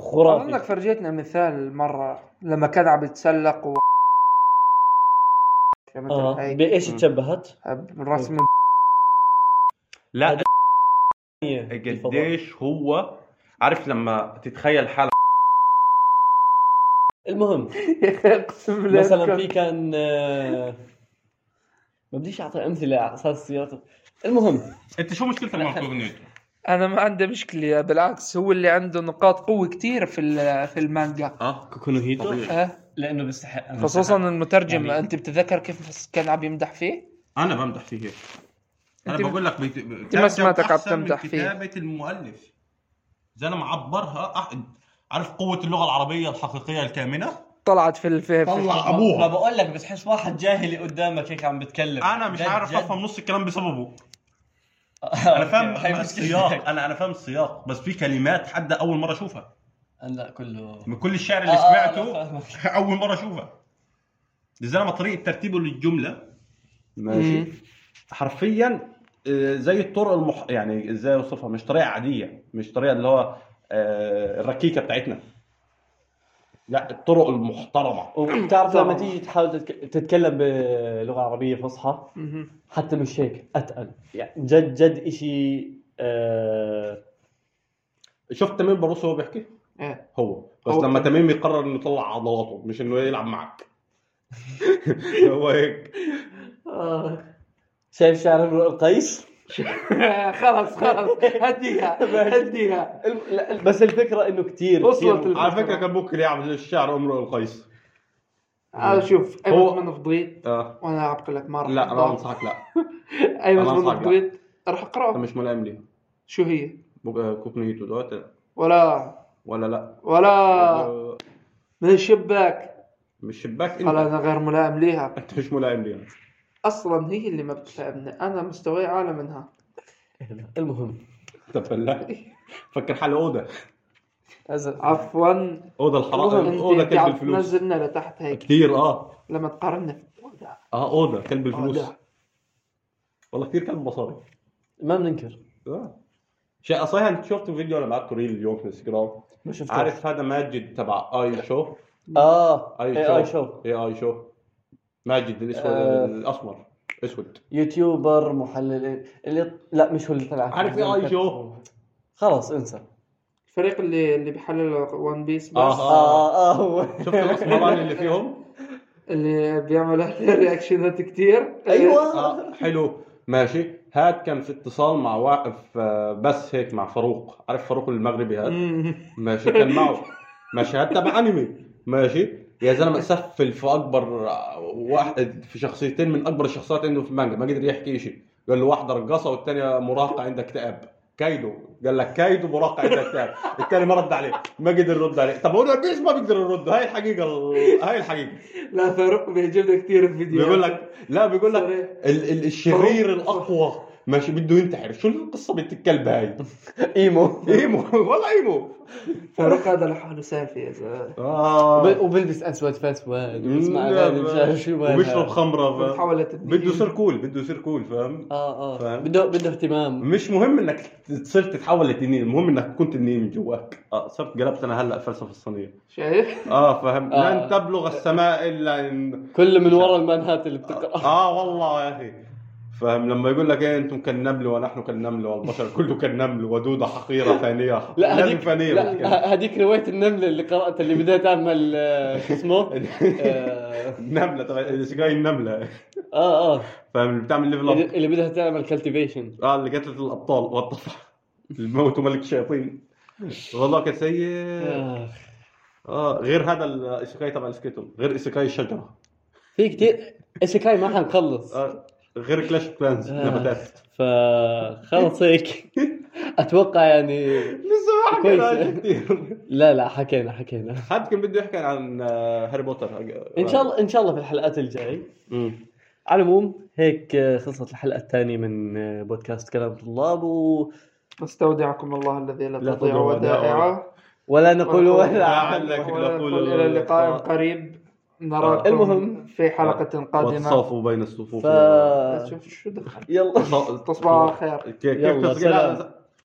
Speaker 3: خرافي
Speaker 1: فرجيتنا مثال مره لما كان عم يتسلق و مثل
Speaker 3: اه
Speaker 1: هاي.
Speaker 3: بايش
Speaker 2: مم.
Speaker 3: تشبهت؟
Speaker 1: بالرسم
Speaker 2: لا
Speaker 3: هي الفضاء.
Speaker 2: قديش هو عارف لما تتخيل حالك
Speaker 3: المهم
Speaker 1: يا أخي اقسم بالله
Speaker 3: مثلا
Speaker 1: كان-
Speaker 3: في كان آه، ما بديش اعطي امثله على اساس سيارات المهم
Speaker 2: انت شو مشكلتك مع كوكونيت
Speaker 1: انا ما عندي مشكله بالعكس هو اللي عنده نقاط قوه كتير في ال- في المانجا
Speaker 2: اه
Speaker 3: كوكونو هيتو
Speaker 2: طبيعي
Speaker 1: أه؟
Speaker 3: لانه بيستحق
Speaker 1: خصوصا المترجم
Speaker 3: يعني-
Speaker 1: انت بتتذكر كيف كان عم يمدح فيه
Speaker 2: انا بمدح فيه هيك انا
Speaker 1: أنت-
Speaker 2: بقول لك بيت... انت
Speaker 1: ما سمعتك عم تمدح فيه.
Speaker 2: كتابه المؤلف زلمه عبرها أح... عارف قوه اللغه العربيه الحقيقيه الكامنه
Speaker 1: طلعت في ال- في, في
Speaker 2: طلع
Speaker 3: ما
Speaker 2: ابوها
Speaker 3: بقول لك بتحس واحد جاهلي قدامك هيك عم بتكلم
Speaker 2: انا مش
Speaker 3: جد-
Speaker 2: عارف
Speaker 3: جد. آه،
Speaker 2: افهم نص الكلام بسببه انا
Speaker 3: هاي
Speaker 2: فاهم
Speaker 3: مشكلتك.
Speaker 2: السياق انا انا فاهم السياق بس في كلمات حد اول مره اشوفها
Speaker 3: لا كله
Speaker 2: من كل الشعر اللي
Speaker 3: آه، آه،
Speaker 2: سمعته
Speaker 3: لا،
Speaker 2: اول مره اشوفها الزلمه طريقه ترتيبه للجمله
Speaker 1: ماشي.
Speaker 2: حرفيا آه، زي الطرق المح... يعني ازاي اوصفها مش طريقه عاديه مش طريقه اللي هو آه، الركيكه بتاعتنا لا الطرق المحترمه
Speaker 3: وبتعرف لما
Speaker 1: طبعاً.
Speaker 3: تيجي تحاول تتك- تتكلم بلغه عربيه فصحى
Speaker 1: مهم.
Speaker 3: حتى مش هيك اتقل يعني جد جد اشي آه
Speaker 2: شفت تميم باروس وهو بيحكي
Speaker 1: إيه.
Speaker 2: هو بس
Speaker 1: هو
Speaker 2: لما
Speaker 1: كان-
Speaker 2: تميم يقرر انه يطلع عضلاته مش انه يلعب معك هو هيك
Speaker 3: شايف شعر امرؤ القيس
Speaker 1: خلص خلص هديها هديها
Speaker 3: الم- لا، بس الفكره انه كتير
Speaker 1: وصلت
Speaker 3: كتير-
Speaker 1: ال-
Speaker 2: على فكره كان ممكن يعمل الشعر امرؤ القيس
Speaker 1: انا شوف
Speaker 2: هو-
Speaker 1: ايمن من فضيل
Speaker 2: آه.
Speaker 1: وانا عبقلك لك ما راح
Speaker 2: لا انا
Speaker 1: أقطعك.
Speaker 2: انصحك لا أنا
Speaker 1: ايمن من
Speaker 2: أنصحك لا.
Speaker 1: فضيل راح
Speaker 2: انت
Speaker 1: اقراه
Speaker 2: مش ملائم ليه
Speaker 1: شو هي
Speaker 2: كوبنيتو دوت
Speaker 1: ولا
Speaker 2: ولا لا
Speaker 1: ولا من الشباك
Speaker 2: مش شباك
Speaker 1: قال
Speaker 2: انت
Speaker 1: انا غير ملائم ليها
Speaker 2: انت مش ملائم ليه
Speaker 1: اصلا هي اللي ما بتلائمني انا مستواي اعلى منها
Speaker 3: المهم
Speaker 2: انت فلاح فكر حالي اوضه
Speaker 1: عفوا المهم
Speaker 2: اوضه الحرام اوضه
Speaker 1: انت
Speaker 2: كلب
Speaker 1: عم
Speaker 2: الفلوس
Speaker 1: تنزلنا لتحت هيك
Speaker 2: كتير اه
Speaker 1: لما تقارننا في الوضع.
Speaker 2: اه اوضه كلب الفلوس
Speaker 1: أوضة.
Speaker 2: والله كتير كلب مصاري
Speaker 3: ما بننكر
Speaker 2: اه شيء صحيح انت شفت فيديو انا بعته ريل اليوم في الانستغرام
Speaker 3: ما شفت
Speaker 2: عارف هذا ماجد تبع اي شو
Speaker 3: اه
Speaker 2: اي
Speaker 3: اي اي شو
Speaker 2: اي اي شو ماجد الاسود
Speaker 3: آه.
Speaker 2: الاسمر اسود
Speaker 3: يوتيوبر محلل اللي لا مش هو اللي طلع
Speaker 2: عارف ايه اي شو؟
Speaker 3: خلاص انسى
Speaker 1: الفريق اللي اللي بيحلل ون بيس بس
Speaker 2: آه.
Speaker 3: اه اه هو
Speaker 2: شفت الاسمراني اللي فيهم؟
Speaker 1: اللي بيعمل رياكشنات كتير
Speaker 3: ايوه
Speaker 2: آه حلو ماشي هاد كان في اتصال مع واقف آه، بس هيك مع فاروق عارف فاروق المغربي هاد
Speaker 1: مم.
Speaker 2: ماشي كان معه مشهد تبع انمي ماشي يا زلمه سفل في اكبر واحد في شخصيتين من اكبر الشخصيات عنده في المانجا ما قدر يحكي شيء قال له واحده رقاصه والثانيه مراهقه عندها اكتئاب كايدو قال لك كايدو مراهقه عندها اكتئاب الثاني ما رد عليه ما قدر يرد عليه طب هو بيس ما بيقدر يرد هاي الحقيقه ال- هاي الحقيقه
Speaker 1: لا فاروق بيعجبنا كتير الفيديو
Speaker 2: بيقول لك لا بيقول لك
Speaker 1: صريح.
Speaker 2: ال- ال- الشرير الاقوى ماشي بده ينتحر شو القصه بنت الكلب هاي
Speaker 3: ايمو
Speaker 2: ايمو إيه، والله ايمو
Speaker 1: فاروق هذا لحاله سالفه يا زلمه
Speaker 2: آه.
Speaker 3: وبلبس اسود فاسود وبسمع
Speaker 2: لا،
Speaker 3: اغاني مش عارف شو مالها.
Speaker 2: وبيشرب خمره فاهم؟
Speaker 1: بتحاول تدنيه.
Speaker 2: آه. بده يصير كول بده يصير كول فاهم
Speaker 3: اه اه
Speaker 2: فاهم؟
Speaker 3: بده بده اهتمام
Speaker 2: مش مهم انك تصير تتحول لتنين المهم انك كنت تنين من جواك
Speaker 3: آه،
Speaker 2: اه صرت قلبت انا هلا الفلسفه الصينيه
Speaker 1: شايف
Speaker 2: اه فاهم
Speaker 3: آه.
Speaker 2: لن تبلغ السماء الا ان
Speaker 3: كله من ورا المنهات اللي بتقرا
Speaker 2: اه والله يا اخي فاهم لما يقول لك ايه انتم كالنمل ونحن كالنمل والبشر كله كالنمل ودوده حقيره فانيه
Speaker 3: لا
Speaker 2: نمل
Speaker 3: هذيك
Speaker 2: فانيه
Speaker 3: لا
Speaker 2: بتكلم.
Speaker 3: ه- هذيك روايه النمله اللي قراتها اللي بدها تعمل آه، شو اسمه اه
Speaker 2: النمله تبع سجاي النمله
Speaker 3: اه آه.
Speaker 2: فاهم اللي بتعمل ليفل اب
Speaker 3: اللي اللي بدها تعمل كالتيفيشن
Speaker 2: اه اللي قتلت الابطال والطفح الموت وملك الشياطين والله كان
Speaker 3: آه.
Speaker 2: سيء اه غير هذا الايسيكاي تبع السكيتل غير ايسيكاي الشجره
Speaker 3: في كثير ايسيكاي ما حنخلص
Speaker 2: آه غير كلاش بلانز
Speaker 3: آه.
Speaker 2: نباتات
Speaker 3: فخلص هيك اتوقع يعني
Speaker 2: لسه ما
Speaker 3: كويس.
Speaker 2: حكينا عن كتير
Speaker 3: لا لا حكينا حكينا
Speaker 2: حد كان بده يحكي عن آه، هاري بوتر
Speaker 3: ان شاء الله ان شاء الله في الحلقات الجايه
Speaker 2: مم.
Speaker 3: على العموم هيك آه، خلصت الحلقه الثانيه من آه، بودكاست كلام طلاب و...
Speaker 1: نستودعكم الله الذي لا
Speaker 2: لا
Speaker 1: تضيع
Speaker 2: تضيع
Speaker 1: ودائعه
Speaker 3: ولا نقول ولا
Speaker 2: لعلك نقول
Speaker 1: الى اللقاء قريب نراكم
Speaker 3: المهم.
Speaker 1: في حلقه قادمه
Speaker 2: وتصافوا بين الصفوف
Speaker 3: ف
Speaker 2: و-
Speaker 1: شوف شو دخل
Speaker 3: يلا
Speaker 2: تص-
Speaker 1: تصبح على خير
Speaker 2: كيف
Speaker 3: يلا،
Speaker 2: تص- لا،
Speaker 3: سلام.